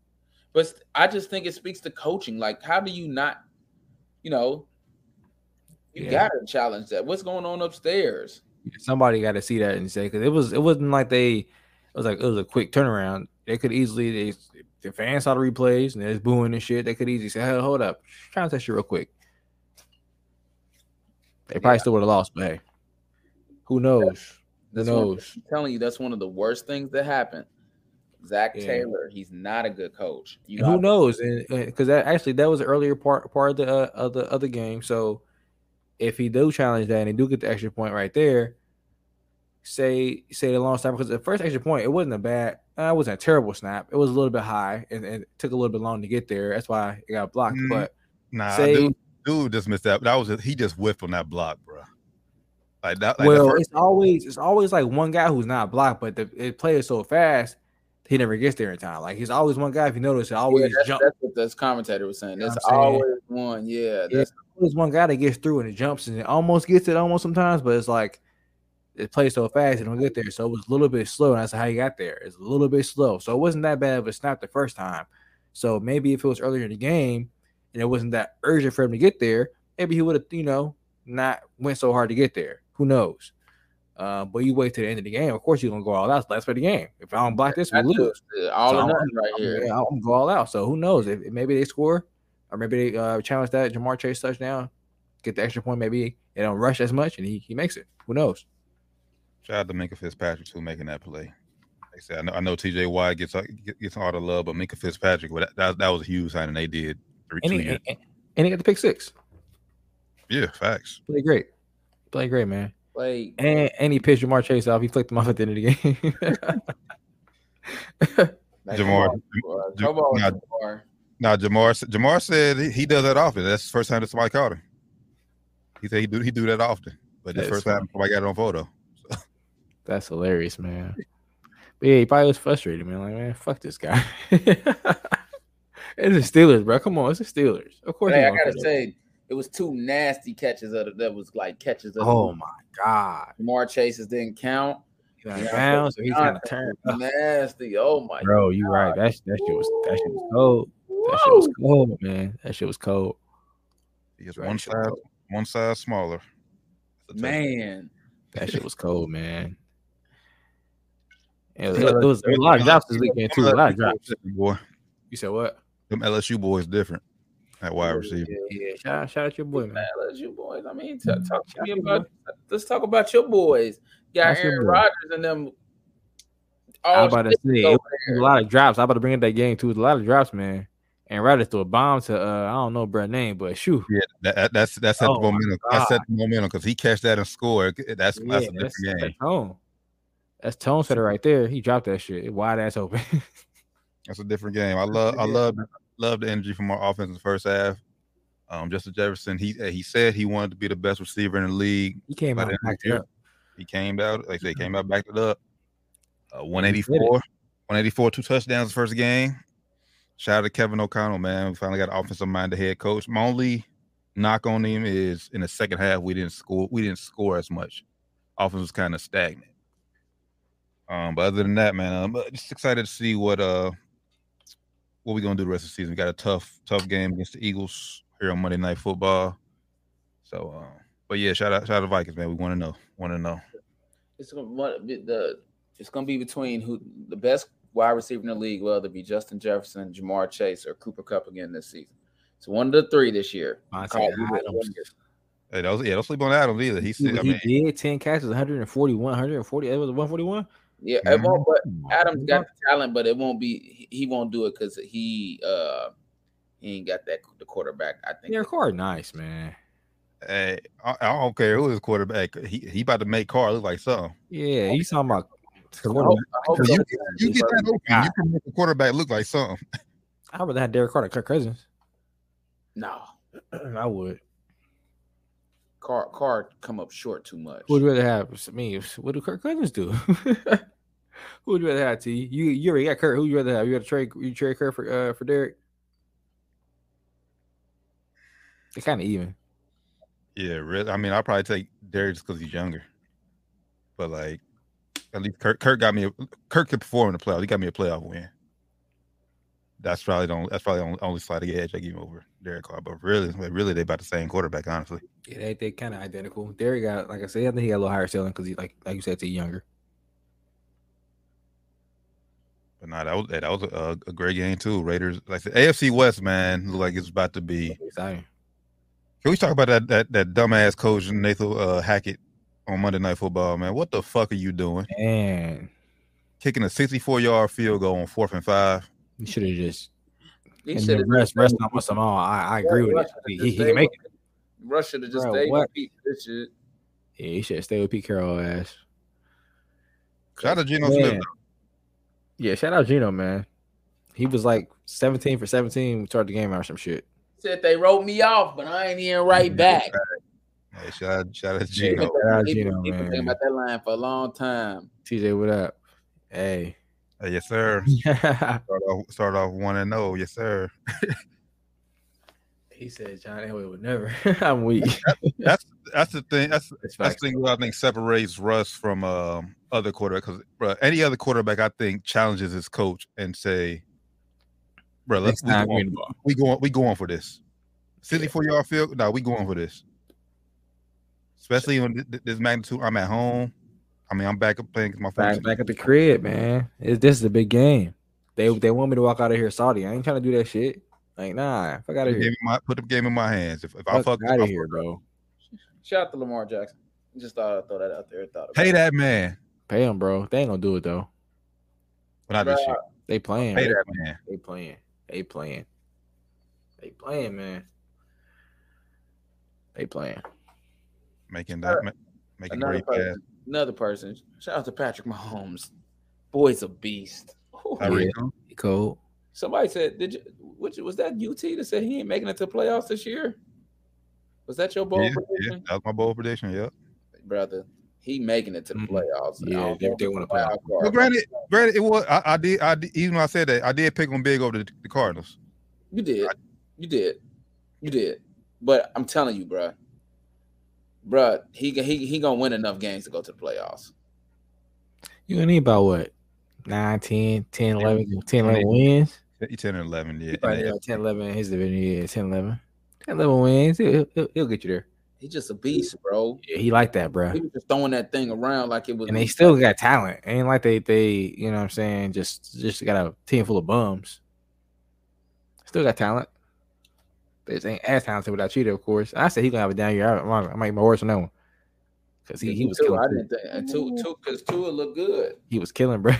But st- I just think it speaks to coaching. Like, how do you not, you know, you
Yeah.
gotta challenge that. What's going on upstairs?
Somebody got to see that and say because it was it wasn't like they it was like it was a quick turnaround. They could easily they the fans saw the replays and they're booing and shit. They could easily say, "Hey, hold up, try to test you real quick." They probably still would have lost, but hey, who knows? Who
That's one-
knows?
I'm telling you, that's one of the worst things that happened. Zach
Yeah.
Taylor, he's not a good coach. You
And who
gotta-
knows? And because that actually that was an earlier part part of the uh, of the other game. So if he do challenge that and he do get the extra point right there, say say the long snap because the first extra point it wasn't a bad, uh, it wasn't a terrible snap. It was a little bit high and, and it took a little bit long to get there. That's why it got blocked.
Mm-hmm.
Mm.
But
Nah,
Say-
dude, dude just missed that. That was just, he just whiffed on that block, bro. Like that. Like
well,
that
it's always it's always like one guy who's not blocked, but the it plays so fast he never gets there in time. Like he's always one guy. If you notice, it
Yeah,
always
that's,
Oh, jump.
that's what this commentator was saying.
You know
That's
what I'm saying?
always one. Yeah, that's
there's one guy that gets through and it jumps and it almost gets it almost sometimes, but it's like it plays so fast it don't get there. So it was a little bit slow, and that's how he got there. It's a little bit slow, so it wasn't that bad of a snap the first time. So maybe if it was earlier in the game and it wasn't that urgent for him to get there, maybe he would have you know not went so hard to get there. Who knows? Uh, but you wait to the end of the game. Of course, you're gonna go all out. Let's play the game. If I don't block this, we
that's
lose.
it. all
So
or
I'm-
nothing right
I'm,
here.
yeah, I'm go all out. So who knows? If, if maybe they score, or maybe they uh, challenge that Jamar Chase touchdown, get the extra point. Maybe they don't rush as much, and he, he makes it. Who knows?
Shout out to Minka Fitzpatrick too making that play. Like I said, I know, I know TJ Watt gets gets all the love, but Minka Fitzpatrick, well, that, that that was a huge signing they did three
And
two
he,
years.
and, and he got the pick six.
Yeah, facts.
Play great. Play great, man.
Like,
And and he pissed Jamar Chase off. He flicked him off at the end of the game.
like
Jamar-
come on,
Ja-
bro. Come on,
now-
Jamar.
Now Jamar s- Jamar said he, he does that often. That's the first time that somebody caught him. He said he do he do that often, but the
That is
first time
funny.
somebody got it on photo.
That's hilarious, man. But yeah, he probably was frustrated, man. Like, man, fuck this guy. It's the Steelers, bro. Come on, it's the Steelers. Of course.
Hey,
you
I
gonna
gotta
cut it.
say, it was two nasty catches of the, that was like catches of
oh my god,
the Jamar Chases didn't count.
He out
Yeah,
of
I
bounds, so he's
forgot
gonna turn. Ugh,
Nasty. Oh my
bro, you right. That that shit was that shit was cold. That shit was cold, man. That shit was cold.
Just
Right,
one
shit was
size, one size smaller.
man.
That shit was cold, man. It was,
Yeah,
it was, it was a lot of drops this weekend too. A lot of drops.
Boy,
You said what?
them LSU boys different at wide receiver.
Yeah, shout out, shout out your boy, man.
Man, let's you boys. I mean,
Mm-hmm.
t- talk to me about. Let's talk about your boys. You got
That's your
Aaron
boy.
Rodgers and them.
I
All
was about to say
shit
it
over
was
there.
a lot of drops. I was about to bring up that game too. It was a lot of drops, man. And Rodgers threw a bomb to uh, I don't know bro name, but shoot,
Yeah, that, that, that's that's set
Oh,
the
my
momentum.
God.
That's set the momentum because he catch that and score. That's that's
yeah,
a different game.
that's tone. That's tone setter right there. He dropped that shit. It wide ass open.
That's a different game. I love I
Yeah.
love love the energy from our offense in the first half. Um, Justin Jefferson, he he said he wanted to be the best receiver in the league.
he came
By
out
the end of the
and knocked it
year,
up.
He came out, like I said, came out, backed it up. Uh,
Mm-hmm. did it.
184, 184, two touchdowns the first game. Shout out to Kevin O'Connell, man. We finally got an offensive minded head coach. My only knock on him is in the second half we didn't score. We didn't score as much. Offense was kind of stagnant. Um, but other than that, man, I'm uh, just excited to see what uh what we gonna do the rest of the season. We got a tough, tough game against the Eagles here on Monday Night Football. So, um, but yeah, shout out, shout out to Vikings, man. We want to know, want to know.
It's gonna what- the it's gonna be between who the best wide receiver in the league, whether it be Justin Jefferson, Jamar Chase, or Cooper Cup again this season. It's one of the three this year.
Monte
Call you a
Adams.
wonder.
Hey, don't, yeah, don't sleep on Adams either. He's,
He,
I
he
mean,
did 10 catches, 141, 140. It was 141.
Yeah, it won't, but Adams got the talent, but it won't be. He he won't do it because he uh he ain't got that the quarterback. I think.
Derek Carr, nice, man.
hey, I, I don't care who his quarterback. He he about to make Carr look like something.
Yeah, he's talking about
I hope- I hope
Cause
so.
you, you get that open, you can make the quarterback look like something.
I would have had Derek Carr to Kirk Cousins.
No,
I would.
Car Car come up short too much.
Who would you rather have? I mean, what do Kirk Cousins do? Who would you rather have? T you you already got Kirk. Who you rather have? You got to trade you trade Kirk for uh for Derek. It's kind of even.
Yeah, really. I mean, I'll probably take Derrick just because he's younger. But like, at least Kirk, Kirk got me. A, Kirk could perform in the playoffs. He got me a playoff win. That's probably the only, that's probably the only, only slight of edge I give him over Derek Carr. But really, really, they about the same quarterback, honestly.
Yeah, they they kind of identical. Derek got like I said, I think he got a little higher ceiling because he like like you said, he's younger.
But nah, that was that was a, a great game too. Raiders, like the AFC West, man, look like it's about to be.
Exciting.
Can we talk about that that, that dumbass coach Nathan uh, Hackett on Monday Night Football, man? What the fuck are you doing?
And
Kicking a sixty-four yard field goal on fourth and five.
you should have just
He
and
should
then
have
rest rest on Mustafa. I I agree with it. He, he can make it.
Rush should have just
Bro,
stayed
what?
with Pete Richard.
Yeah, he should stay with Pete Carroll ass.
Shout out to Geno
Man.
Smith.
Yeah, shout out Gino, man. He was like 17 for 17. We started the game out or some shit.
Said they wrote me off, but I ain't even
Mm,
right back.
Hey, shout out, shout out to
Yeah.
Geno.
shout out
He been-
Geno,
he been
man.
thinking about that line for a long time.
TJ, what up? Hey.
Hey, yes, sir. Start off, start off one and zero. Yes, sir.
he said John Elway would never. I'm weak.
That's the thing. That's
That's
That's
facts.
the thing what I think separates Russ from um, other quarterback because any other quarterback I think challenges his coach and say, "Bro, let's
Next
we
time,
going,
green ball.
we going we going for this." Sixty-four yard field. No, we going for this. Especially on th- th- this magnitude. I'm at home. I mean, I'm back up playing 'cause my
Back,
phone.
back at the crib, man. It, this is a big game. They they want me to walk out of here Saudi. I ain't trying to do that shit. Like, nah, fuck
Put
out of
the game
here.
in my, put the game in my hands. If, if I
Fuck
fuck,
out
I
of here, bro.
Shout out to Lamar Jackson. Just thought I'd throw that out there. Thought about
pay
it.
that man.
Pay him, bro. They ain't gonna do it though.
But not this
Bruh.
year.
They playing.
Pay that man.
They playing. They playing. They playing, man. They playing.
Making that. ma- Making
Another
great pass.
person. Another person. Shout out to Patrick Mahomes. Boy's a beast. Ooh.
Tyreek Hill.
He cold.
Somebody said, "Did you? Which was that UT that said he ain't making it to playoffs this year? Was that your bold
Yeah, yeah,
prediction,
that was my bold prediction. Yeah.
brother? He making it to the
Mm-hmm.
Mhm.
playoffs.
Yeah,
I don't
they-
know
they
if
wanna
it's a wild card.
Well, granted, granted, it was I, I did I did, even though I said that I did pick on big over the, the Cardinals.
You did. You did. You did. But I'm telling you, bruh. Bruh, he he he gonna win enough games to go to the playoffs.
You gonna need about what? 9, 10, 10, 11, 10, 11 wins?
You 10 and 11, yeah.
He probably got 10, 11 in his division. Yeah, 10, 11. 10, 11 wins. He'll, he'll, he'll get you there.
He's just a beast, bro.
Yeah, he like that,
He
bro.
was just throwing that thing around like it was.
And they still got talent. Ain't like they they you know what I'm saying just just got a team full of bums. Still got talent. They just ain't as talented without Cheetah, of course. I said he gonna have a down year. I, I, I might be my words on that one because he, he was
too.
killing.
I
too.
didn't think and two two because Tua looked good.
he was killing, bro.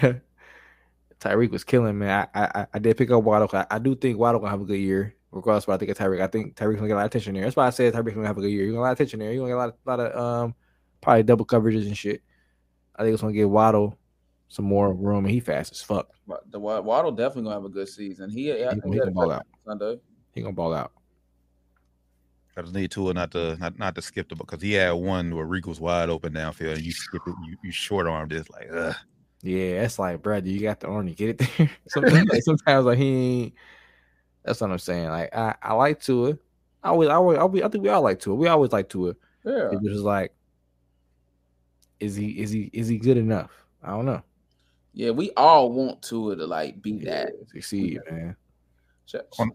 Tyreek was killing, man. I I, I- I did pick up Waddle. I, I do think Waddle gonna have a good year, regardless. of What I think of Tyreek, I think Tyreek's gonna get a lot of attention there. That's why I said Tyreek's gonna have a good year. You're gonna get a lot of attention there. You're gonna get a lot of, lot of um probably double coverages and shit. I think it's gonna give Waddle some more room, and he fast as fuck.
But the Wa- Waddle definitely gonna have a good season. He, I
He,
think
gonna-
he
he
had a
gonna ball
good
out.
Sunday.
He gonna ball out.
I just need Tua not to not not to skip the because he had one where Reek was wide open downfield and you skip it, you, you short armed it. It's like, ugh.
Yeah, that's like, bro, do you got the arm to get it there? sometimes, like, sometimes like he. Ain't, that's what I'm saying. Like I, I like Tua. I always, I always, I always- I think we all like Tua. We always like Tua.
Yeah.
It was just like, is he is he is he good enough? I don't know.
Yeah, we all want Tua to like be that.
Succeed, man.
Just-
On-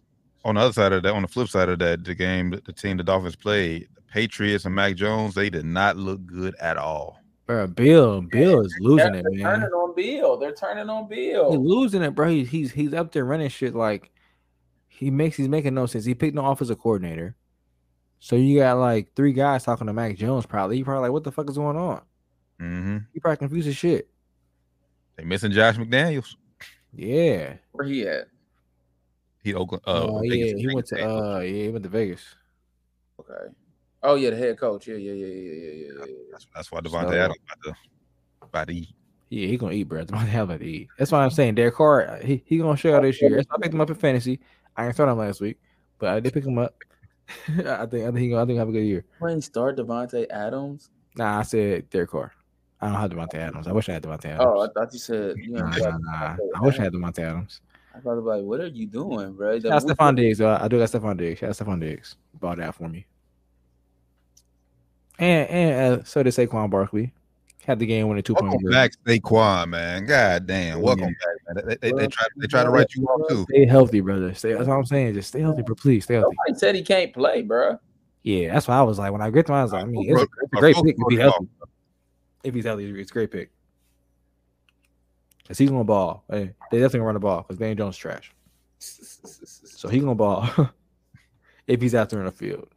On the other side of that, on the flip side of that, the game, the, the team the Dolphins played, the Patriots and Mac Jones, they did not look good at all.
Bro, Bill, Bill is losing
They're
it,
turning
man.
on Bill. They're turning on
He
Bill.
losing it, bro. He, he's he's up there running shit like he makes he's making no sense. He picked no offensive coordinator. So you got like three guys talking to Mac Jones probably. You probably like, what the fuck is going on?
hmm
You probably confused as shit.
They missing Josh McDaniels.
Yeah.
Where he at?
He Oakland. Uh,
Oh
Vegas-
yeah. He went to
Vegas-
uh yeah, he went to Vegas.
Okay. Oh yeah, the head coach. Yeah, yeah, yeah, yeah, yeah, yeah. yeah.
That's, that's why Devontae
So-
Adams about to, about to eat.
Yeah, he gonna eat, bro. That's what the hell about to eat. That's why I'm saying Derek Carr, uh, he, he gonna show out this year. That's why I picked him up in fantasy. I didn't start him last week, but I did pick him up. I think I think he gonna I think he'll have a good year.
Playing start Devontae Adams.
Nah, I said Derek Carr. I don't have Devontae Adams. I wish I had Devontae Adams.
Oh, I thought you said you know,
nah,
like,
nah, nah. I wish I had Devontae Adams.
I thought about what are you doing, bro?
Shout out Stephon Diggs. though. I do got Stephon Diggs. Shout out Stephon Diggs. Bought that for me. And and uh, so did Saquon Barkley. Had the game winning two
Welcome
point.
back, Saquon, man. God damn. Welcome
Yeah.
back, man. They, they, they, try, they try to write you off, too.
Stay healthy, brother. Stay, that's what I'm saying. Just stay healthy, bro. Please stay healthy.
Somebody said he can't play, bro.
Yeah, that's what I was like when I gripped my. I was like, I mean, it's a, it's a
I
great
broke
pick if
your
he's
jaw.
healthy. If he's healthy, it's a great pick. Cause he's gonna ball. Hey, they definitely gonna run the ball because Daniel Jones trash. So he's gonna ball if he's out there in the field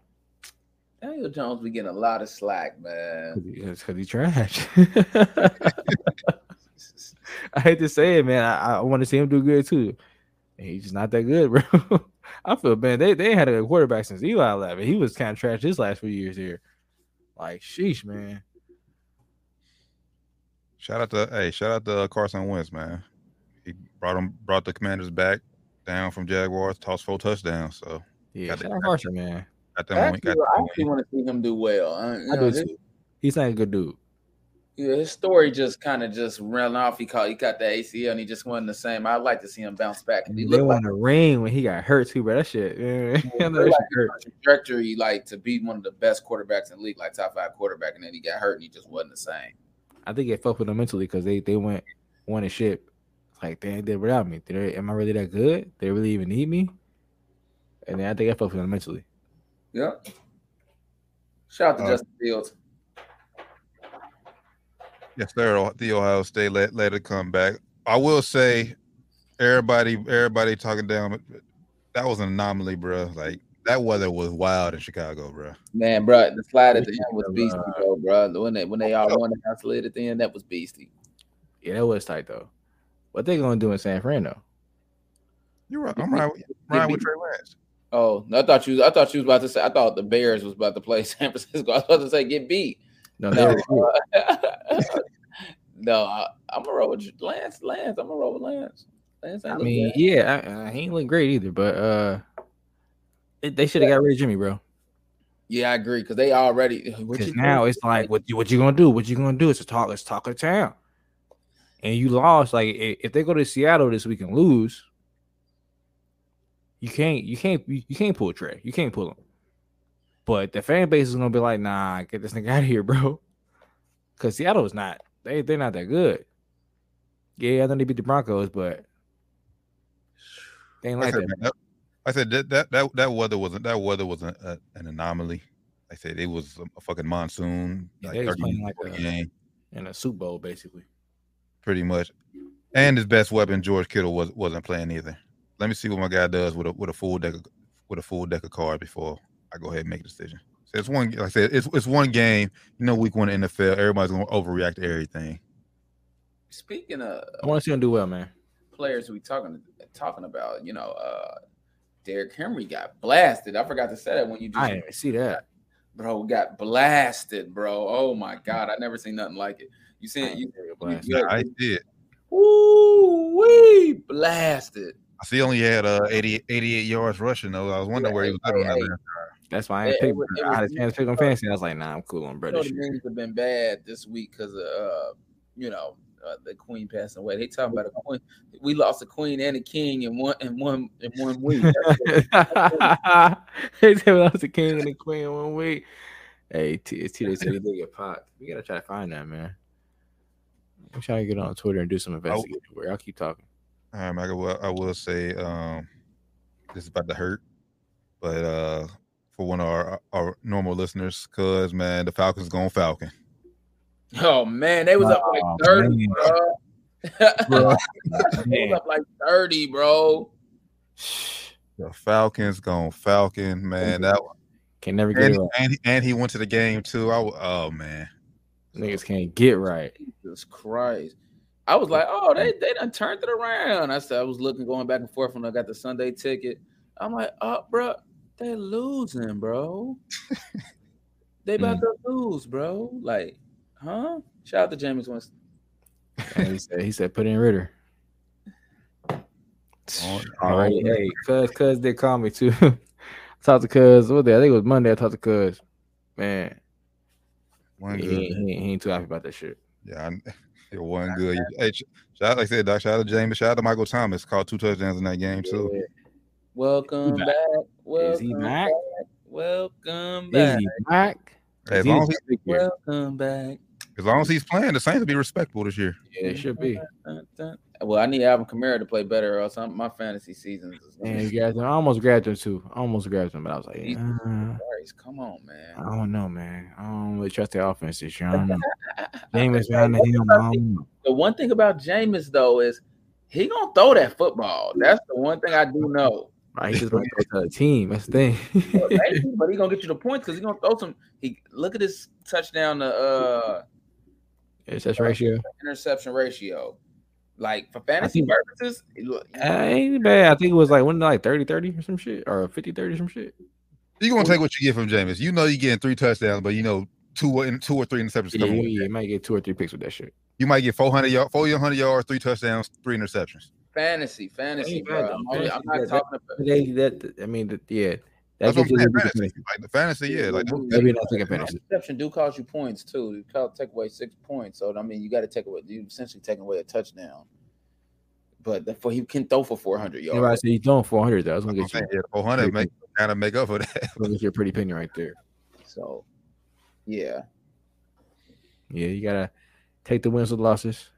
Daniel Jones be getting a lot of slack, man.
because he, trash. I hate to say it, man. I, I want to see him do good too. And he's just not that good, bro. I feel bad. They they ain't had a good quarterback since Eli left. and He was kind of trash his last few years here. Like, sheesh, man.
Shout out to hey, shout out to uh, Carson Wentz, man. He brought him brought the Commanders back down from Jaguars, tossed four touchdowns. So
Yeah,
Got
shout
it.
out Carson, man.
got
I
them. win-
actually,
Got
I
them
actually
win.
want to see him do well. I, you
I
know,
do
this-
too. He's not a good dude.
Yeah, his story just kind of just ran off. He caught, he got the ACL, and he just wasn't the same. I'd like to see him bounce back.
And
He
they
looked like
won a ring when he got hurt too, bro. That shit, yeah,
Yeah,
that shit hurt.
a trajectory like to be one of the best quarterbacks in the league, like top five quarterback, and then he got hurt and he just wasn't the same.
I think it fucked with them mentally because they they went won a ship. It's Like they did without me. Did they, am I really that good? They really even need me? And then I think I fucked with them mentally.
Yeah. Shout out to
Uh,
Justin Fields.
Yes, sir. Oh- The Ohio State let let it come back. I will say, everybody, everybody talking down. but That was an anomaly, bruh. Like that weather was wild in Chicago, bruh.
Man, bro, the slide at the
This
end was
is,
beastie,
uh,
bro, bro. When they when they
Oh.
all won that slid at the end, that was beastie.
Yeah, that was tight though. What they gonna do in San Fran though?
You're right. I'm right. Right with Trey Lance.
Oh, I thought you I thought you was about to say I thought the Bears was about to play San Francisco. I was about to say get beat.
No,
No,
they were-
uh, no, I, I'm gonna roll with you. Lance. Lance, I'm gonna roll with Lance. Lance, ain't
I
look
mean,
bad.
yeah, I, I, he ain't look great either, but uh, it, they should have got rid of Jimmy, bro.
yeah, I agree because they already. What you
Because
think?
now it's like, what you what you gonna do? What you gonna do? It's a talk. It's talk of town. And you lost. Like i- if they go to Seattle this week and lose, You can't you can't you, you can't pull Trey. You can't pull him. But the fan base is gonna be like, nah, get this nigga out of here, bro. Cause Seattle is not they they're not that good. Yeah, I think they beat the Broncos, but they ain't
Like I
like
said,
that.
man, that- I said that that that, that weather wasn't that weather was an, a, an anomaly. I said it was a, fucking monsoon,
Yeah,
like
they was
30
playing like
forty
a-
game,
In a Super Bowl, basically.
pretty much. And his best weapon, George Kittle, was wasn't playing either. Let me see what my guy does with a with a full deck of, with a full deck of cards before I go ahead and make a decision. So it's one, like I said, it's it's one game. You know, week one in NFL, everybody's gonna overreact to everything.
Speaking of
I want to see him do well, man.
players we talking talking about, you know, uh Derrick Henry got blasted. I forgot to say that when you just
I didn't even see that.
bro got blasted, bro. Oh my god, I never seen nothing like it. You seen you, you,
Blast.
you
I did.
Ooh, wee blasted.
I see, only had uh 80, 88 yards rushing though. I was wondering where he was at on that
Hey,
last
That's why I
Yeah,
ain't
it
pick.
was- it
I had a
was-
chance to pick on fantasy. I was like, nah, I'm cool on
You know
brother.
the
shit.
memes have been bad this week because of uh, you know uh, the queen passing away. They talking about a queen. We lost a queen and a king in one in one in one week.
they said when I was a king and a queen in one week. Hey, T- it's T. said he did get popped. We gotta try to find that man. I'm trying to get on Twitter and do
Oh.
some investigation work. I'll keep talking.
All right, Michael. Well, I will say um, this is about to hurt, but uh, for one of our, our normal listeners, cuz man, the Falcons gone Falcon.
oh man, they was up
Oh,
like
man.
thirty, bro.
Bro.
they was up like thirty, bro.
The Falcons gone Falcon, man. That
Can never get
and,
it right.
and, and he went to the game too. I wa- oh man,
Niggas can't get right.
Jesus Christ. I was like, oh, they they done turned it around. I said I was looking going back and forth when I got the Sunday ticket. I'm like, oh, bro, they losing, bro. they about
Mm.
to lose, bro. Like, huh? Shout out to James Winston.
And he said, he said, put in Ritter.
Oh,
Alrighty,
oh.
hey, cuz cuz did call me too. talked to cuz what day? I think it was Monday. I talked to cuz. Man,
one
he,
good.
he, he ain't too happy about that shit.
Yeah, I- it wasn't good. Hey, sh- shout out, like I said, doc, shout out to James. Shout out to Michael Thomas. Caught two touchdowns in that game too.
Welcome
He
back.
back.
Welcome
Is he back?
Welcome
Is
back.
he back?
As
He
long as,
didn't stick here.
Welcome back.
as long as he's playing, the Saints will be respectable this year.
yeah, it should be.
Dun, dun. Well, I need Alvin Kamara to play better, or else I'm, my fantasy season is
And he grabbed him. I almost grabbed him too. I almost grabbed him, but I was like,
Jesus
"Uh,
Christ, come on, man.
I don't know, man. I don't really trust the offense this year. I don't know. James behind the him. I don't know.
The one thing about Jameis though is he gonna throw that football. That's the one thing I do know.
Right, he just might go to a team. That's the
But
thing.
he gonna get you the points because he's gonna throw some. He look at his touchdown to uh,
it's just ratio.
interception ratio. Like for fantasy
think-
purposes, it look-
Uh, ain't bad. I think it was like wasn't it like 30 30 or some shit or 50 30 some shit.
You're gonna take what you get from Jameis. You know you're getting three touchdowns, but you know two in two or three interceptions
Yeah,
coming.
you,
with
you
that.
might get two or three picks with that shit.
You might get 400 yards, 400 yards, three touchdowns, three interceptions.
fantasy, fantasy,
Ain't bad,
bro.
though.
I'm, only, I'm
Fantasy, yeah,
not talking about.
They, that I mean, that- yeah, that
That's what
gives
I'm
you a
saying.
little bit of
Fantasy,
fantasy.
like the fantasy, yeah. Like that-
Maybe not taking fantasy.
Interception do cost you points too. You co- take away six points, so I mean you got to take away. You essentially taking away a touchdown. But the- for he can throw for 400 yards.
Everybody said you throwing 400 though. I was gonna
that's what I'm
get you,
saying. Yeah, 400 make kind of make up for that.
I was gonna get you a pretty penny right there.
So, yeah,
Yeah, you gotta take the wins with losses.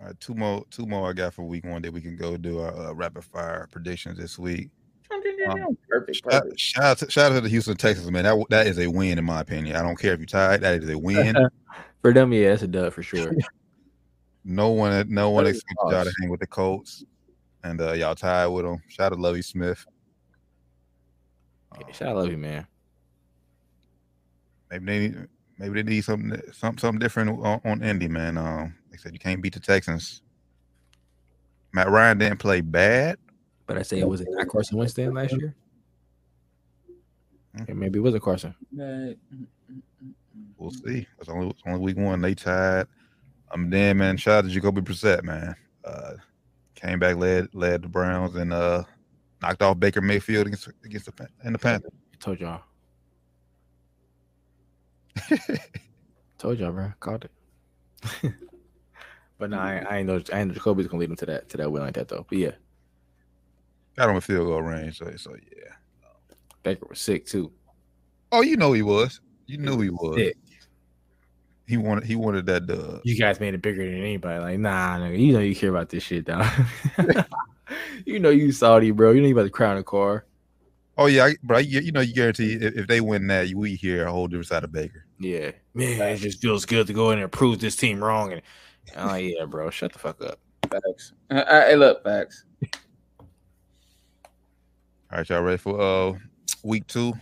All right, Uh, two more, two more I got for week one that we can go do our uh, rapid fire predictions this week. Um,
uh,
perfect,
Shout,
perfect.
shout out to, shout out to the Houston Texans, man. That that is a win in my opinion. I don't care if you're tied. That is a win.
For them, yeah, that's a dub for sure.
No one, no one
That is
expects y'all to
us.
hang with the Colts, and uh, y'all tied with them. Shout out to Lovey Smith. Uh,
Shout out, love you, man.
maybe they need, maybe they need something something something different on, on Indy, man. Um, they said you can't beat the Texans. Matt Ryan didn't play bad.
But I say it was it not Carson Winston last year.
Mm-hmm.
Yeah, maybe it was a Carson.
Right.
We'll see. It's only it's only week one. They tied. I'm damn man. Shout out to Jacoby Brissett, man. Uh, came back led led the Browns and uh knocked off Baker Mayfield against against the Pan- and the Panthers.
I told y'all. Told y'all, bro. Called it.
Mm-hmm.
but no, I, I ain't know. I ain't know Jacoby's gonna lead him to that to that win like that though. But yeah,
got him a field goal range. So, so yeah.
Baker was sick too.
Oh, you know he was. You knew he was.
Sick.
He wanted. He wanted that dub.
You guys made it bigger than anybody. Like, nah, nigga, you know you care about this shit, dog. you know you Saudi, bro. You know you about to crown a car.
Oh yeah, I- but I, you you know you guarantee if, if they win that, you- we hear a whole different side of Baker.
Yeah, man, it just feels good to go in there and prove this team wrong. And I'm like, yeah, bro, shut the fuck up.
Facts. Uh, I, I look, facts.
All right, y'all ready for uh week two?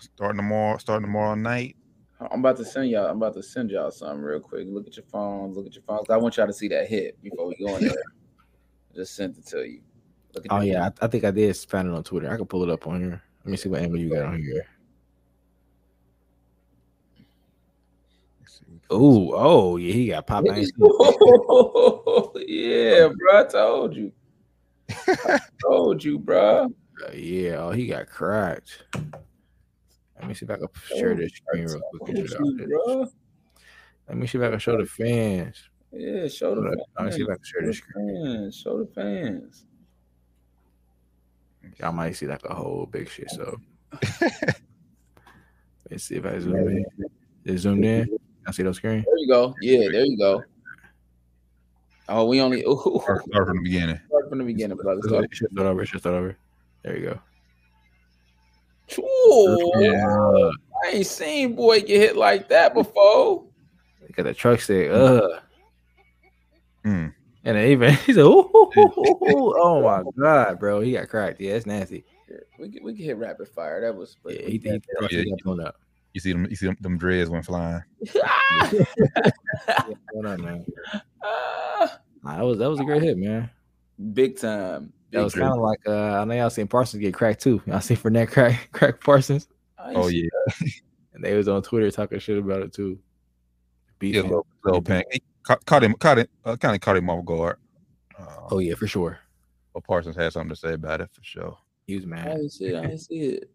Starting tomorrow. Starting tomorrow night.
I'm about to send y'all. I'm about to send y'all something real quick. Look at your phones. Look at your phones. I want y'all to see that hit before we go in there. Just sent it to you. Look at
Oh
that
yeah, I, I think I did find it on Twitter. I could pull it up on here. Let me see what angle you got on here.
Let's see.
Oh, oh yeah, he got popped. I ain't
hit.
seen it.
yeah, bro. I told you. I told you, bro.
Uh, yeah, oh he got cracked. Let me see if I can share this screen real quick. and show
Told you,
this.
bro.
Let me see if I can show the fans.
Yeah, show
Hold up. Let
the
me
fans.
see if I can share
Show
this
the
screen.
fans. Show the fans.
Y'all might see like a whole big shit. So let's see if I zoom in. It zoomed in. I see those screen.
There you go. Yeah, there you go. Oh, we only ooh,
Start, start from the beginning.
start from the beginning, brother.
Just
Start.
throw it over. Just throw it over. There you go.
Ooh,
Uh,
I ain't seen boy get hit like that before.
got the truck stick. Uh,
Mm.
and then even he said, ooh, ooh, ooh, ooh, ooh." "Oh my god, bro, he got cracked. Yeah, it's nasty.
We could, we could hit rapid fire. That was
Yeah, he, he, he,
yeah.
got blown up.
You see them. You see them, them dreads went flying.
He got blown up, man.
Ah,
Nah, that was that was a great hit, man.
big time.
That
Big
was
time.
kind of like uh, I know y'all seen Parsons get cracked too. Y'all seen Fournette crack crack Parsons.
I ain't
Oh
seen-
yeah.
and they was on Twitter talking shit about it too. Beef
Yeah,
him.
little, little pink. He Caught, caught him. Caught it. Uh, kind of caught him off guard. Uh,
Oh yeah, for sure.
but Parsons had something to say about it for sure.
He was
I
mad.
ain't see it. I ain't see it.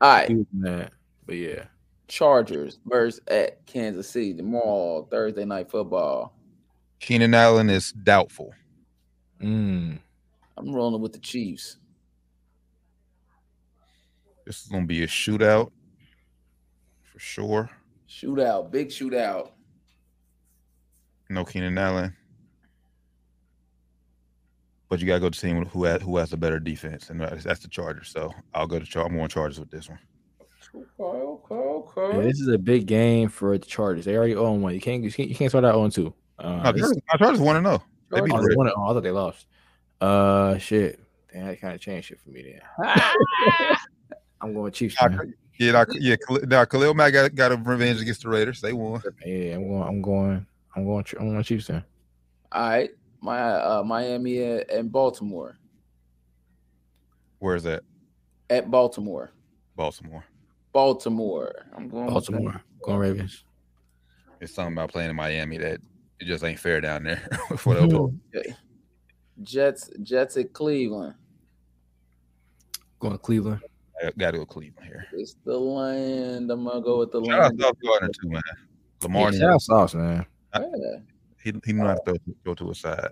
All right.
He was mad. But yeah,
Chargers versus at Kansas City tomorrow, Thursday night football.
Keenan Allen is doubtful.
mm,
I'm rolling with the Chiefs.
This is gonna be a shootout for sure.
Shootout, big shootout.
No Keenan Allen. But you gotta go to the team who has who has the better defense, and that's that's the Chargers. So I'll go to Char- I'm going Chargers with this one.
Okay, okay,
Yeah,
okay.
this is a big game for the Chargers. They already own one. You can't you can't, you can't start out own two. Uh,
No, Oh,
this-
Chargers, no, Chargers want to know. They beat
oh,
the
they
Ravens.
won it. Oh, I thought they lost. Uh, shit. Damn, that kind of changed shit for me. Then I'm going Chiefs.
I-
man.
Yeah, now, yeah. Khal- Now Khalil Mack got, got a revenge against the Raiders. They won.
Yeah, I'm going. I'm going. I'm going. Chi- I'm going Chiefs. Then.
All right. My uh, Miami at- and Baltimore.
Where is that?
At Baltimore.
Baltimore.
Baltimore. I'm going with
Baltimore. Going Ravens.
It's something about playing in Miami that it just ain't fair down there for the opponent.
them. Jets Jets at Cleveland.
Going Cleveland.
I gotta go Cleveland here.
It's the land. I'm gonna go with the
Shout out
land.
South Gardner too, man. Lamar,
Yeah, shout out Sauce, man.
Yeah.
he he knew how to throw, throw to his side.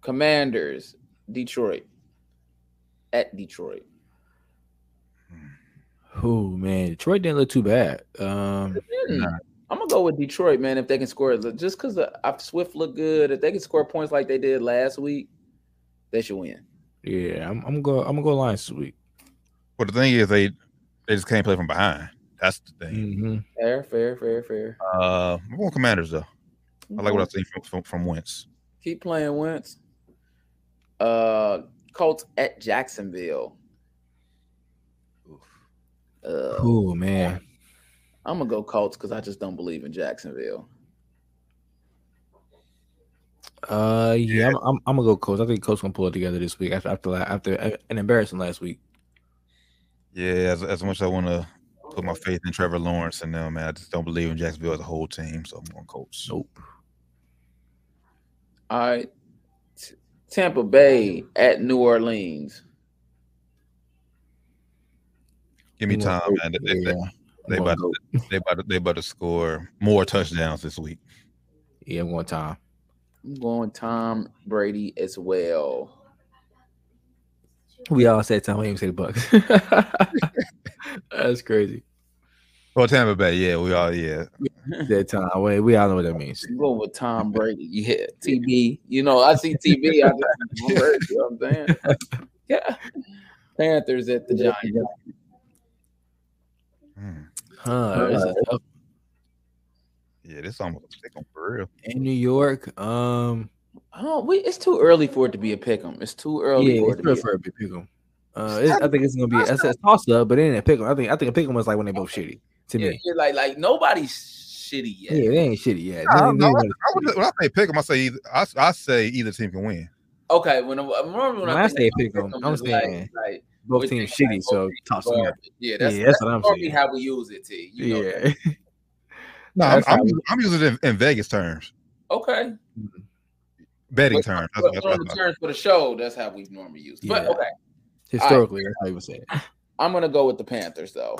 Commanders, Detroit. At Detroit.
Oh man, Detroit didn't look too bad. Um,
Hmm. I'm gonna go with Detroit, man. If they can score, just because Swift looked good, if they can score points like they did last week, they should win.
yeah, I'm, I'm going. I'm gonna go Lions this week.
But the thing is, they they just can't play from behind. That's the thing.
hmm
Fair, fair, fair, fair.
Uh, I'm going Commanders though. I like what
Mm-hmm.
I see from from, from Wentz.
Keep playing Wentz. Uh, Colts at Jacksonville. Uh,
Oh man,
I'm gonna go Colts because I just don't believe in Jacksonville.
uh, yeah, I'm, I'm, I'm gonna go Coach. I think Coach gonna pull it together this week after after la- after uh, an embarrassing last week.
Yeah, as, as much as I want to put my faith in Trevor Lawrence and them, man, I just don't believe in Jacksonville as a whole team. So I'm going Colts.
Nope.
All right, T- Tampa Bay at New Orleans.
Give me
Yeah.
time, man. They, they,
Yeah,
they
I'm
about
going go,
they about to, they about to score more touchdowns this week.
yeah, one time.
I'm going Tom Brady as well.
We all said Tom. We didn't say the Bucks. That's crazy.
Well, Tampa Bay, yeah, we all, yeah.
Said Tom. Wait, we all know what that means.
You go with Tom Brady. Yeah, TB. You know, I see TB. I just, I'm hurt, you know what I'm saying? Yeah. Panthers at the Giants.
Hmm.
Huh, this is tough.
Yeah, this almost a pick 'em for real.
In New York, um,
Oh, we, it's too early for it to be a pick 'em. It's too early
yeah,
for
it's
it to be.
preferred to pick 'em. Uh, it's- I think it's gonna be it's a toss up, but it ain't a pick 'em. I think I think a pick 'em was like when they both shitty to
Yeah,
me.
yeah, like like nobody's shitty yet.
Yeah, they ain't shitty yet.
I
They
don't
ain't-
know.
they
I,
ain't
I would, when I say pick 'em, I say either, I, I say either team can win.
Okay, when I'm, I'm normally when,
When
I,
I
think
say
about
pick 'em,
'em,
I'm
it's
saying
like, like
both
we're
teams
thinking
shitty,
like,
so
okay,
toss
well,
them up.
Yeah,
Yeah,
that's,
that's
that's,
what I'm
normally
saying.
how we use it. T. You know that.
Yeah,
No, I'm,
That's
I'm,
how we-
using- I'm using it in, in Vegas terms,
Okay.
betting
But-
terms. That's,
But
that's,
on
that's,
the terms for the show, that's how we normally use. it. But
Yeah.
okay,
historically, that's how you would say it.
I'm gonna go with the Panthers though.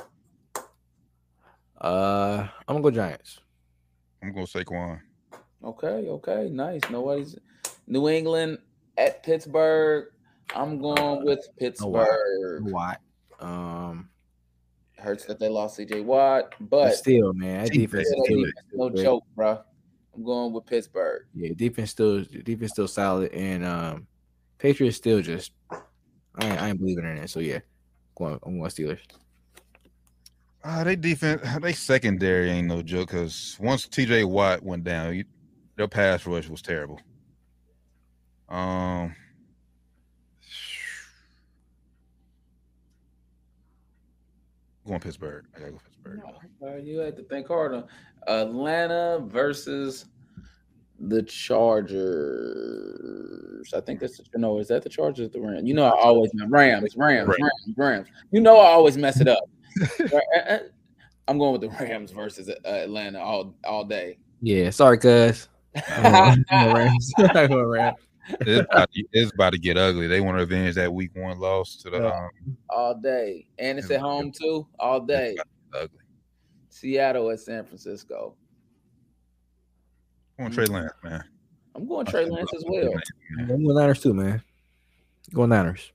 Uh, I'm gonna go Giants.
I'm going to say Saquon.
Okay, okay, nice. Nobody's New England at Pittsburgh. I'm going
Oh,
with Pittsburgh.
Watt. Um,
Hurts that they lost CJ Watt,
but
but
still, man, that
Team
defense is
still,
still,
defense, no joke, bro. I'm going with Pittsburgh.
yeah, defense still, defense still solid, and um, Patriots still just, I ain't, I ain't believing in it. So yeah, going, I'm going Steelers.
Ah, they defense, they secondary ain't no joke. Cause once T.J. Watt went down, you, their pass rush was terrible. Um, going Pittsburgh. I gotta go Pittsburgh.
Uh, you had to think hard on Atlanta versus the Chargers. I think that's you know, is that the Chargers or the Rams? You know, I always Rams, Rams,
Right.
Rams, Rams. You know, I always mess it up. eh, I'm going with the Rams versus uh, Atlanta all all day.
Yeah, sorry, cuz. I'm going Rams. I'm going Rams.
It's, about to, it's about to get ugly. They want to avenge that week one loss to the
Yeah.
um,
all day, and it's at home too. All day,
it's about to get ugly.
Seattle at San Francisco.
Come on, Trey Lance, man.
I'm going Trey Lance as well.
I'm going Niners too, man. Going Niners.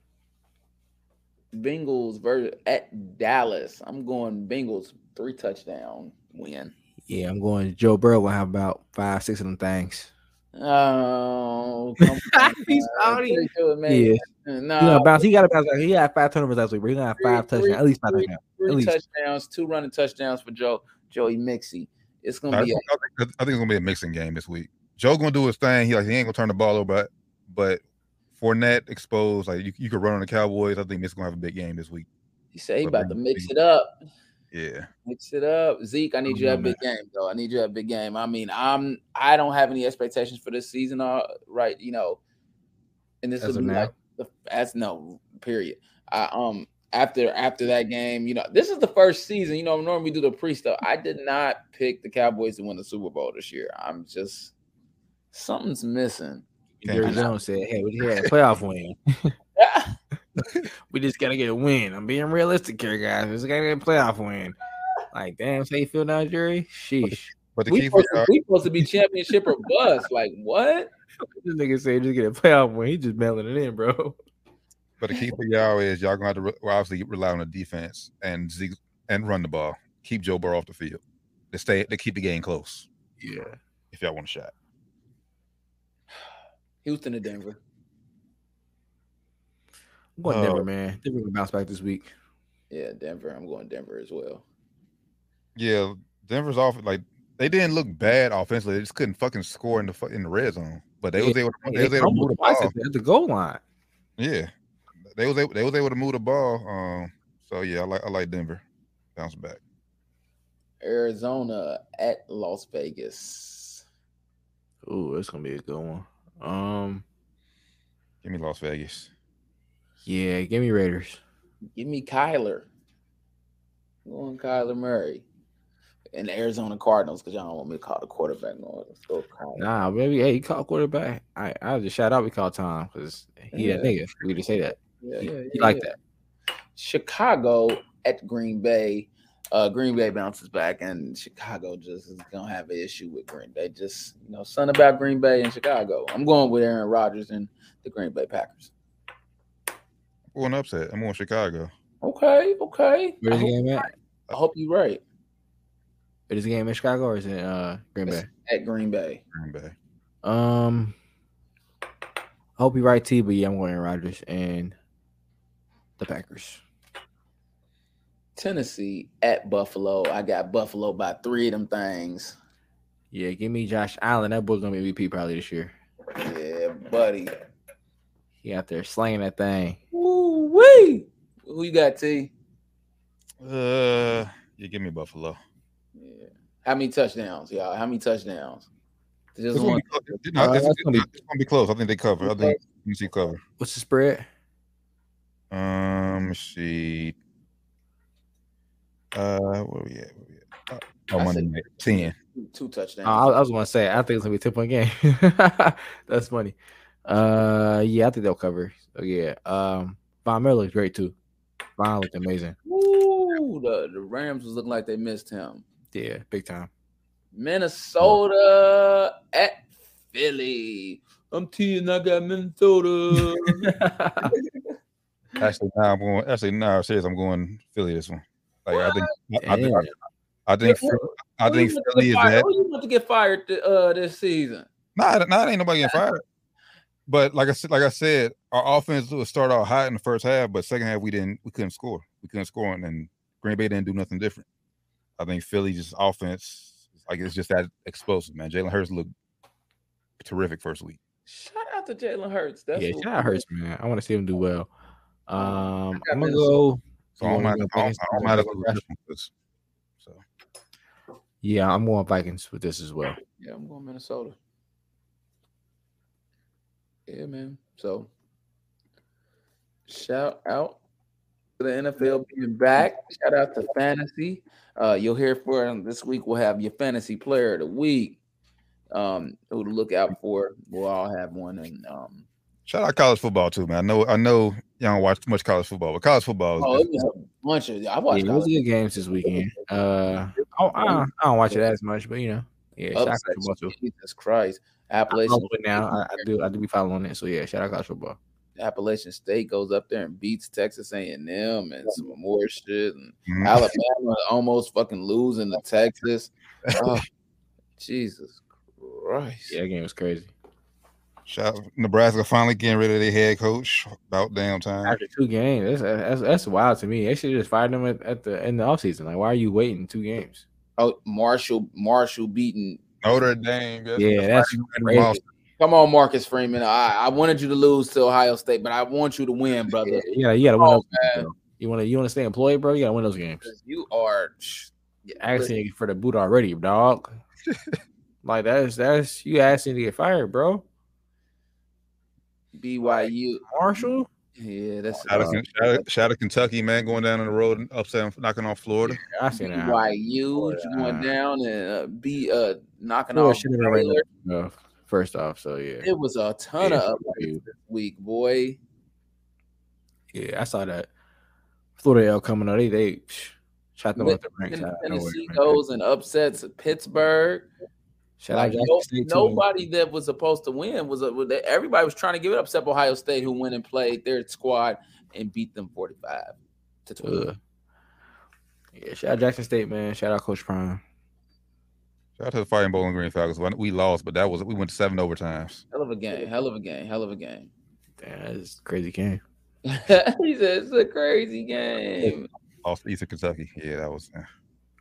Bengals versus at Dallas. I'm going Bengals three touchdown win.
Yeah, I'm going Joe Burrow. Will have about five, six of them things.
Oh, come on,
He's
man.
out here.
They do it, man.
Yeah,
No,
he gonna bounce. He got about. He had five turnovers last week. But he gonna have
Uh, Three-
five touchdowns, at least five
three-
touchdowns.
three
at least.
touchdowns, two running touchdowns for Joe Joey Mixie. It's
I,
gonna be.
think- I think, I think it's gonna be a mixing game this week. Joe gonna do his thing. He like he ain't gonna turn the ball over, but but Fournette exposed. Like you, you could run on the Cowboys. I think Nick's gonna have a big game this week.
He said he about to mix it up.
Yeah,
Mix it up, Zeke. I need you to have a big game, though. I need you to have a big game. I mean, I'm I don't have any expectations for this season, all right? You know, and this
As
would
of
be
now?
like the, as no period. I um after after that game, you know, this is the first season. You know, normally we do the pre stuff. I did not pick the Cowboys to win the Super Bowl this year. I'm just something's missing.
Can't
Jerry
do
Jones said, "Hey, we had a playoff win. We just gotta get a win. I'm being realistic here, guys. We just gotta get a playoff win." Like, damn, so you feel now, Jerry? Sheesh.
but the
we
key for
supposed, to, we supposed to be championship or bust. Like what?
This nigga said just get a playoff win. He just mailing it in, bro.
but the key for y'all is y'all gonna have to re- well, obviously rely on the defense and Zeke and run the ball. Keep Joe Burrow off the field. They stay. They keep the game close.
Yeah.
If y'all want a shot,
Houston to Denver.
I'm going
Oh.
Denver, man. Denver gonna bounce back this week.
Yeah, Denver. I'm going Denver as well.
yeah. Denver's off like they didn't look bad offensively. They just couldn't fucking score in the fu- in the red zone. But they was able. To, they
They
was able to move
fumbled
the
twice
ball.
at the- at the goal line.
Yeah, they was able, they was able to move the ball. Um, so yeah, I like I like Denver. Bounce back.
Arizona at Las Vegas.
Ooh, that's gonna be a good one. Um,
Give me Las Vegas.
yeah, give me Raiders.
Give me Kyler. Go on, Kyler Murray. And the Arizona Cardinals, because y'all don't want me to call the quarterback. No, let's go Kyler.
Nah, maybe hey, he called quarterback. I I just shout out we called Tom because he that
Yeah.
nigga. We just say that.
Yeah,
He-
yeah,
he
yeah,
like
yeah. Chicago at Green Bay. Uh, Green Bay bounces back, and Chicago just is gonna have an issue with Green Bay. Just you know, something about Green Bay and Chicago. I'm going with Aaron Rodgers and the Green Bay Packers.
Well, an upset. I'm on Chicago.
Okay, okay. I
Where's the
hope,
game at?
I hope you're right.
Is the game in Chicago or is it uh, Green Bay?
At Green Bay.
Green Bay.
Um, I hope you're right, T. But yeah, I'm going Rodgers and the Packers.
Tennessee at Buffalo. I got Buffalo by three of them things.
Yeah, give me Josh Allen. That boy's gonna be MVP probably this year.
Yeah, buddy.
He out there slaying that thing.
Woo wee. Who you got, T?
Uh, you give me Buffalo.
Yeah. How many touchdowns, y'all? How many touchdowns? Just
It's gonna
one.
be close. No, it's-
Uh, that's gonna be-
it's gonna be close. I think they cover. I think you see cover.
What's the spread?
Um, let's see. Uh, where we at? Where we at? Oh,
I
Monday
said-
night. Ten.
Two- Two touchdowns.
Uh, I,
Uh,
I was gonna say I think it's gonna be a ten point game. That's funny. Uh, yeah, I think they'll cover. So yeah, um, Von Miller looks great too. Von looked amazing.
Woo, the, the Rams was looking like they missed him.
Yeah, big time.
Minnesota at Philly. I'm T and I got Minnesota.
Actually, now I'm going. Actually, now serious. I'm going Philly this one. Like I think. I, I think.
Damn.
I think.
Who-
Phil- I
Who you
think
want to
Philly
get
is
fired-
that.
Who you want to get fired th- uh, this season?
Nah, nah, ain't nobody getting fired. But like I said, like I said, our offense would start out hot in the first half, but second half we didn't. We couldn't score. We couldn't score, and, and Green Bay didn't do nothing different. I think Philly just offense. Like it's just that explosive, man. Jalen Hurts looked terrific first week.
Shout out to Jalen Hurts. That's
yeah,
what-
shout out Hurts, man. I want to see him do well. Um,
got
I'm gonna
Minnesota.
go.
So I don't
Yeah,
mind.
yeah,
I don't,
Vikings
I don't
are
mind
a
if I
good
lose
rush.
this one, 'cause- So
Yeah, I'm going Vikings with this as well.
Yeah, I'm going Minnesota. Yeah, man. So shout out to the NFL being back. Shout out to fantasy. Uh, you'll hear for it this week. We'll have your fantasy player of the week. Um, who to look out for. We'll all have one and um
shout out college football too, man. I know I know y'all don't watch too much college football, but college football is
oh
good.
it was a bunch of I
Yeah,
watched
it was
college
good games this weekend. Uh, oh, I, don't- I don't watch it as much, but you know, yeah, shout out
upsets.
football too.
Jesus Christ.
I
Appalachian
follow it now. I, I do. I do be following it. So yeah, shout out college football.
Appalachian State goes up there and beats Texas A&M and some more shit. And
Mm.
Mhm.
Alabama almost fucking losing to Texas. Oh, Jesus Christ!
Yeah, that game was crazy.
Shout out Nebraska finally getting rid of their head coach about damn time.
After two games, that's that's, that's wild to me. They should just fired them at, at the in the offseason. Like, why are you waiting two games?
Oh, Marshall, Marshall beating.
Notre Dame. that's-
Yeah, that's
Friday night
crazy.
Come on, Marcus Freeman. I, I wanted you to lose to Ohio State, but I want you to win, brother.
Yeah, you gotta win.
Oh,
those games, bro. You wanna you wanna stay employed, bro? You gotta win those games.
You are. psh, yeah,
Asking you for the boot already, dog. like that's that's you asking to get fired, bro.
BYU.
Marshall.
Yeah, that's
Shout out, shout, out, shout out Kentucky, man, going down on the road and upsetting, knocking off Florida.
I seen that.
BYU. You going down and uh, be uh knocking
Florida
off.
should have been ranked
Baylor.
number one, First off, so yeah.
It was a ton
Yeah,
of
fuck
upsets
you.
this week, boy.
Yeah, I saw that. Florida L coming out. They they psh, shot them up the ranks.
And
out of nowhere,
Tennessee
man.
goes and upsets Pittsburgh.
Shout
Like,
out Jackson
no-
State. too.
nobody that was supposed to win was a, was- they- everybody was trying to give it up except Ohio State, who went and played their squad and beat them forty-five to twenty.
Ugh. Yeah, shout out Jackson State, man. Shout out Coach Prime.
Shout out to the Fighting Bowling Green Falcons. We lost, but that was we went to seven overtimes.
Hell of a game, hell of a game, hell of a game.
Damn, that's a crazy game.
he said it's a crazy game.
Lost to Eastern Kentucky. Yeah, that was. eh.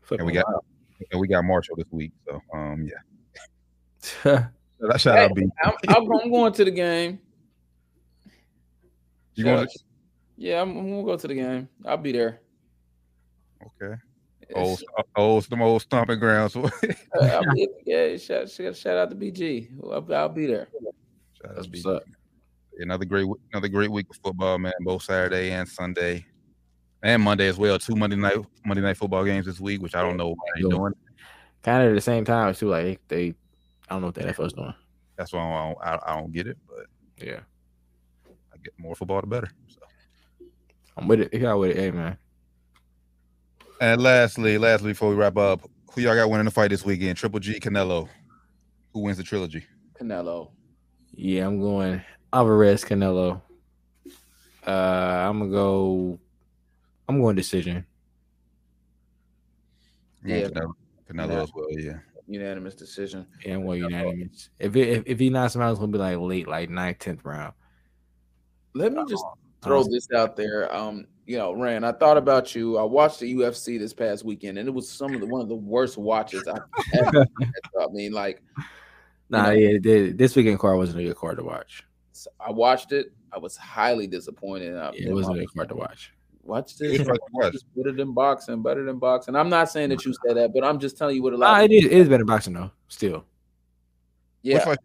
Fucking
And we got and we got Marshall this week. So um, yeah.
wild.
Shout out, shout out B.
I'm, I'm, I'm going to the game.
You going?
Shout out- Yeah, I'm, I'm gonna go to the game. I'll be there.
Okay. Old, uh, old, some old stomping grounds. shout
Uh, I'll be at the game. Shout, shout, shout out to BG. I'll, I'll be there.
out
That's
to B.
what's up.
another great w- another great week of football, man. Both Saturday and Sunday, and Monday as well. Two Monday night Monday night football games this week, which I don't know why they're
Yeah.
doing.
Kind of at the same time too. Like they, I don't know what the NFL's doing.
That's why I don't, I, I don't get it. But
Yeah,
I get more football, the better. So.
I'm with it. If y'all with it, hey man.
And lastly, lastly, before we wrap up, who y'all got winning the fight this weekend? Triple G Canelo. Who wins the trilogy?
Canelo.
Yeah, I'm going Alvarez Canelo. Uh, I'm gonna go. I'm going decision.
Yeah.
Canelo, Canelo
Yeah.
as well. Yeah.
Unanimous decision.
And well, unanimous. If it, if if he knocks him out, it's gonna be like late, like ninth, tenth round.
Let me just throw this out there. Um, you know, Rand, I thought about you. I watched the UFC this past weekend, and it was some of the one of the worst watches I've ever. had. I mean, like
Nah,
you
yeah, th- this weekend card wasn't a good card to watch.
I watched it. I was highly disappointed. uh, I-
Yeah, it wasn't a good card to watch.
Watch
It's
this.
like what?
It's better than boxing. Better than boxing. I'm not saying that you said that, but I'm just telling you what a
Nah,
lot.
it is, it is better boxing though. Still,
yeah,
Which fight-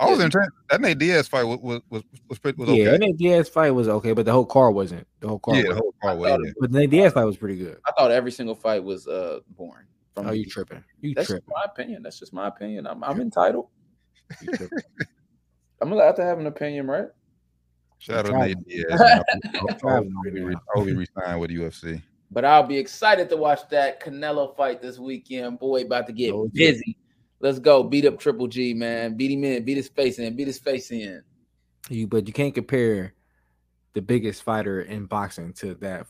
I was
Yeah.
entertained. That Nate Diaz fight was was was, was, pretty, was
yeah,
okay.
and Nate Diaz fight was okay, but the whole card wasn't. The whole card,
Yeah, the
wasn't.
whole card
I
was.
thought
yeah.
but the Nate Diaz fight was pretty good.
I thought every single fight was uh boring. From
Oh,
the-
you tripping? You
That's
tripping?
just my opinion. That's just my opinion. I'm, I'm entitled.
You tripping.
I'm allowed to have an opinion, right?
Shout out to
Try-
Nate Diaz. man. I hope
Traveling
he
right
re-
now.
I hope he resigned with UFC.
But I'll be excited to watch that Canelo fight this weekend. Boy, about to get
Oh, yeah.
busy. Let's go. Beat up Triple G, man. Beat him in. Beat his face in. Beat his face in.
You, but you can't compare the biggest fighter in boxing to that.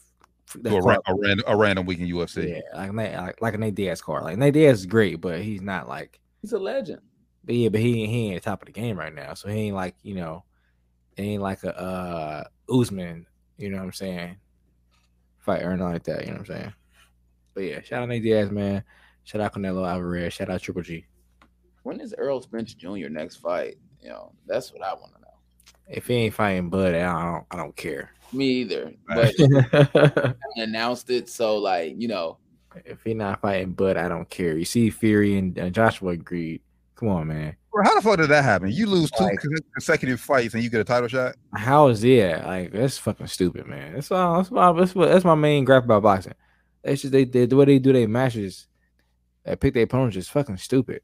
that
To a, ra-
card.
a, random, a random week in UFC.
yeah, like, Nate- like like a Nate Diaz card. Like Nate Diaz is great, but he's not like.
He's a legend.
But yeah, but he ain't he ain't top of the game right now, so he ain't like you know, he ain't like a uh Usman. You know what I'm saying? Fight or anything like that. You know what I'm saying? But yeah, shout out Nate Diaz, man. Shout out Canelo Alvarez. Shout out Triple G.
When is Earl Spence Jr. next fight? You know, that's what I want to know.
If he ain't fighting Bud, I don't I don't care.
Me either. But
Right.
he announced it, so like you know,
if he not fighting Bud, I don't care. You see, Fury and, and Joshua agreed. Come on, man.
Bro, How the fuck did that happen? You lose two
Like-
con- consecutive fights and you get a title shot.
How is that? Like that's fucking stupid, man. That's all. That's my that's, what, that's my main gripe about boxing. It's just they, they the way they do their matches, they pick their opponents is fucking stupid.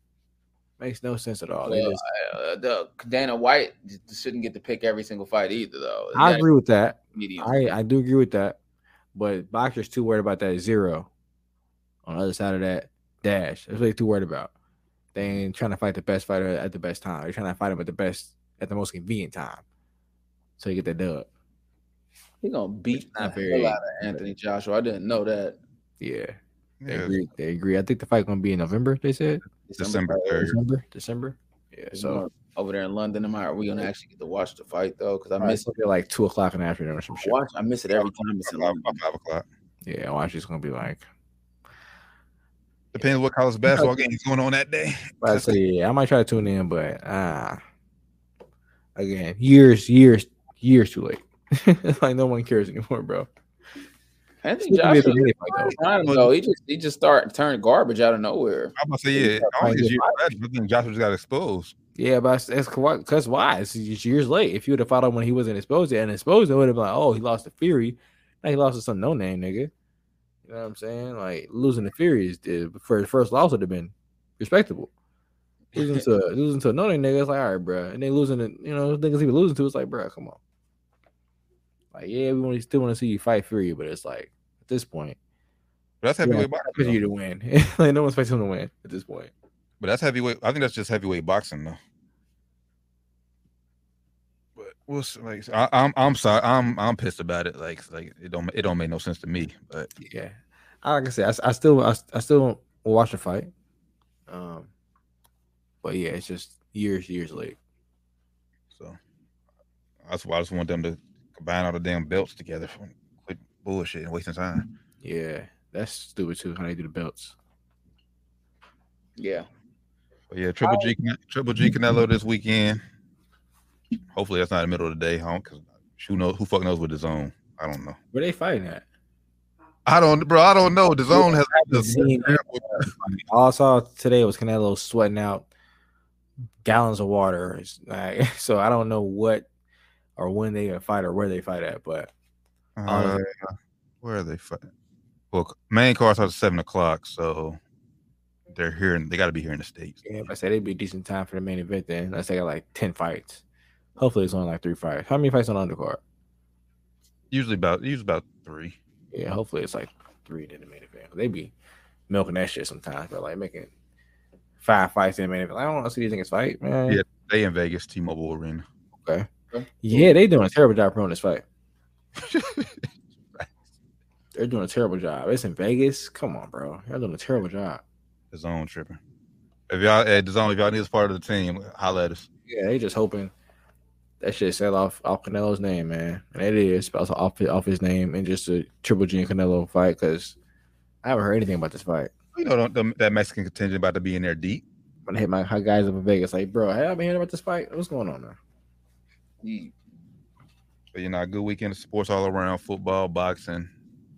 Makes no sense at all. They
well,
just-
uh, the Dana White j- shouldn't get to pick every single fight either, though.
I agree with that.
Medium.
I I do agree with that. But boxers too worried about that zero. On the other side of that dash, that's what they too worried about. They ain't trying to fight the best fighter at the best time. They're trying to fight him at the best at the most convenient time. So you get that dub.
He gonna beat
Not
the
very-
hell out of Anthony Joshua. I didn't know that.
Yeah, they
Yeah,
agree. They agree. I think the fight gonna be in November. They said
December third.
December. December. Yeah. So
So over there in London, am I? Are we gonna actually get to watch the fight though? Because I
I
miss
missed it like two o'clock in the afternoon or some
I
shit.
watch. I miss it every time it's in
Five,
London.
five, five o'clock.
Yeah, watch it's gonna be like.
Depends what college basketball game is going on that day.
I say yeah, I might try to tune in, but ah, again, years, years, years too late. It's like no one cares anymore, bro.
Anthony
It's gonna be a
Joshua,
big fight, though.
I don't know. He just he just started turning garbage out of nowhere.
I'm about to say, yeah, I don't think it's years after, but then Joshua just got exposed.
Yeah, but that's- that's because why? It's, it's years late. If you would have followed when he wasn't exposed yet and exposed, it would have been like, oh, he lost to Fury. Now he lost to some no name nigga. You know what I'm saying? Like losing to Fury is is- for his first loss would have been respectable. Losing to losing to a no name nigga, it's like all right, bro. And then losing to you know those niggas he was losing to, it's like, bro, come on. Like yeah, we want still want to see you fight Fury, but it's like at this point,
But that's
we don't
heavyweight
expect
boxing.
you
though.
to win. like no one expects him to win at this point.
But that's heavyweight. I think that's just heavyweight boxing though. But we'll see, like I, I'm I'm sorry. I'm I'm pissed about it. Like like it don't it don't make no sense to me. But
yeah, I- like I said, I s- I, still, I, s- I still will watch the fight. Um, but yeah, it's just years, years late.
so that's why I just want them to combine all the damn belts together. Quit bullshit and wasting time.
Yeah, that's stupid too. How they do the belts?
Yeah,
But yeah, Triple G Triple G Canelo this weekend. Hopefully that's not in the middle of the day, huh? Because who knows who fuck knows with the zone. I don't know.
Where they fighting at?
I don't, bro. I don't know. The zone has.
haven't seen it. All I saw today was Canelo sweating out gallons of water. It's like- so I don't know what or when they gonna fight or where they fight at. But
Uh, where are they fighting? Well, main card starts at seven o'clock, so they're here and they got to be here in the states.
yeah, if I said it'd be a decent time for the main event. Then unless they got like ten fights. Hopefully it's only like three fights. How many fights on undercard?
Usually about usually about three.
Yeah, hopefully it's like three in the main event. They be milking that shit sometimes, but like making five fights in the main event. Like, I don't want to see these niggas fight, man.
They in Vegas, T-Mobile Arena.
Yeah, they doing a terrible job promoting this fight. They're doing a terrible job. It's in Vegas. Come on, bro. They're doing a terrible job.
The zone tripping. If y'all at the zone, if y'all need us part of the team, holla at us.
Yeah, they just hoping that shit sell off off Canelo's name, man. And it is spells off his- off his name and just a Triple G and Canelo fight because I haven't heard anything about this fight.
You know the, the, that Mexican contingent about to be in there deep.
When I hit my hot guys up in Vegas, like, bro, have I been hearing about this fight? What's going on now?
Ye-
But you know, a good weekend of sports all around, football, boxing.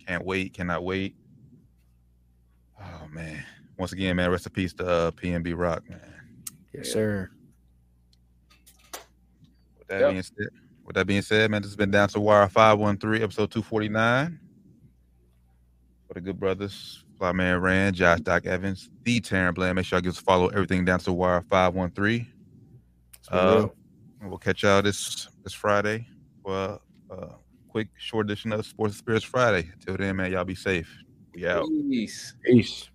Can't wait, cannot wait. Oh man. Once again, man, rest in peace to uh, PNB Rock, man.
Yes, sir.
With that
Yep.
being said, with that being said, man, this has been Down to the Wire 513, episode 249. For the good brothers, Flyman Rand, Josh Doc Evans, the Taryn Bland. Make sure y'all give us a follow everything down to the wire 513.
That's what
Uh,
it is.
and we'll catch y'all this this Friday for uh, a, a quick short edition of Sports and Spirits Friday. Till then, man, y'all be safe. We out.
Peace.
Peace.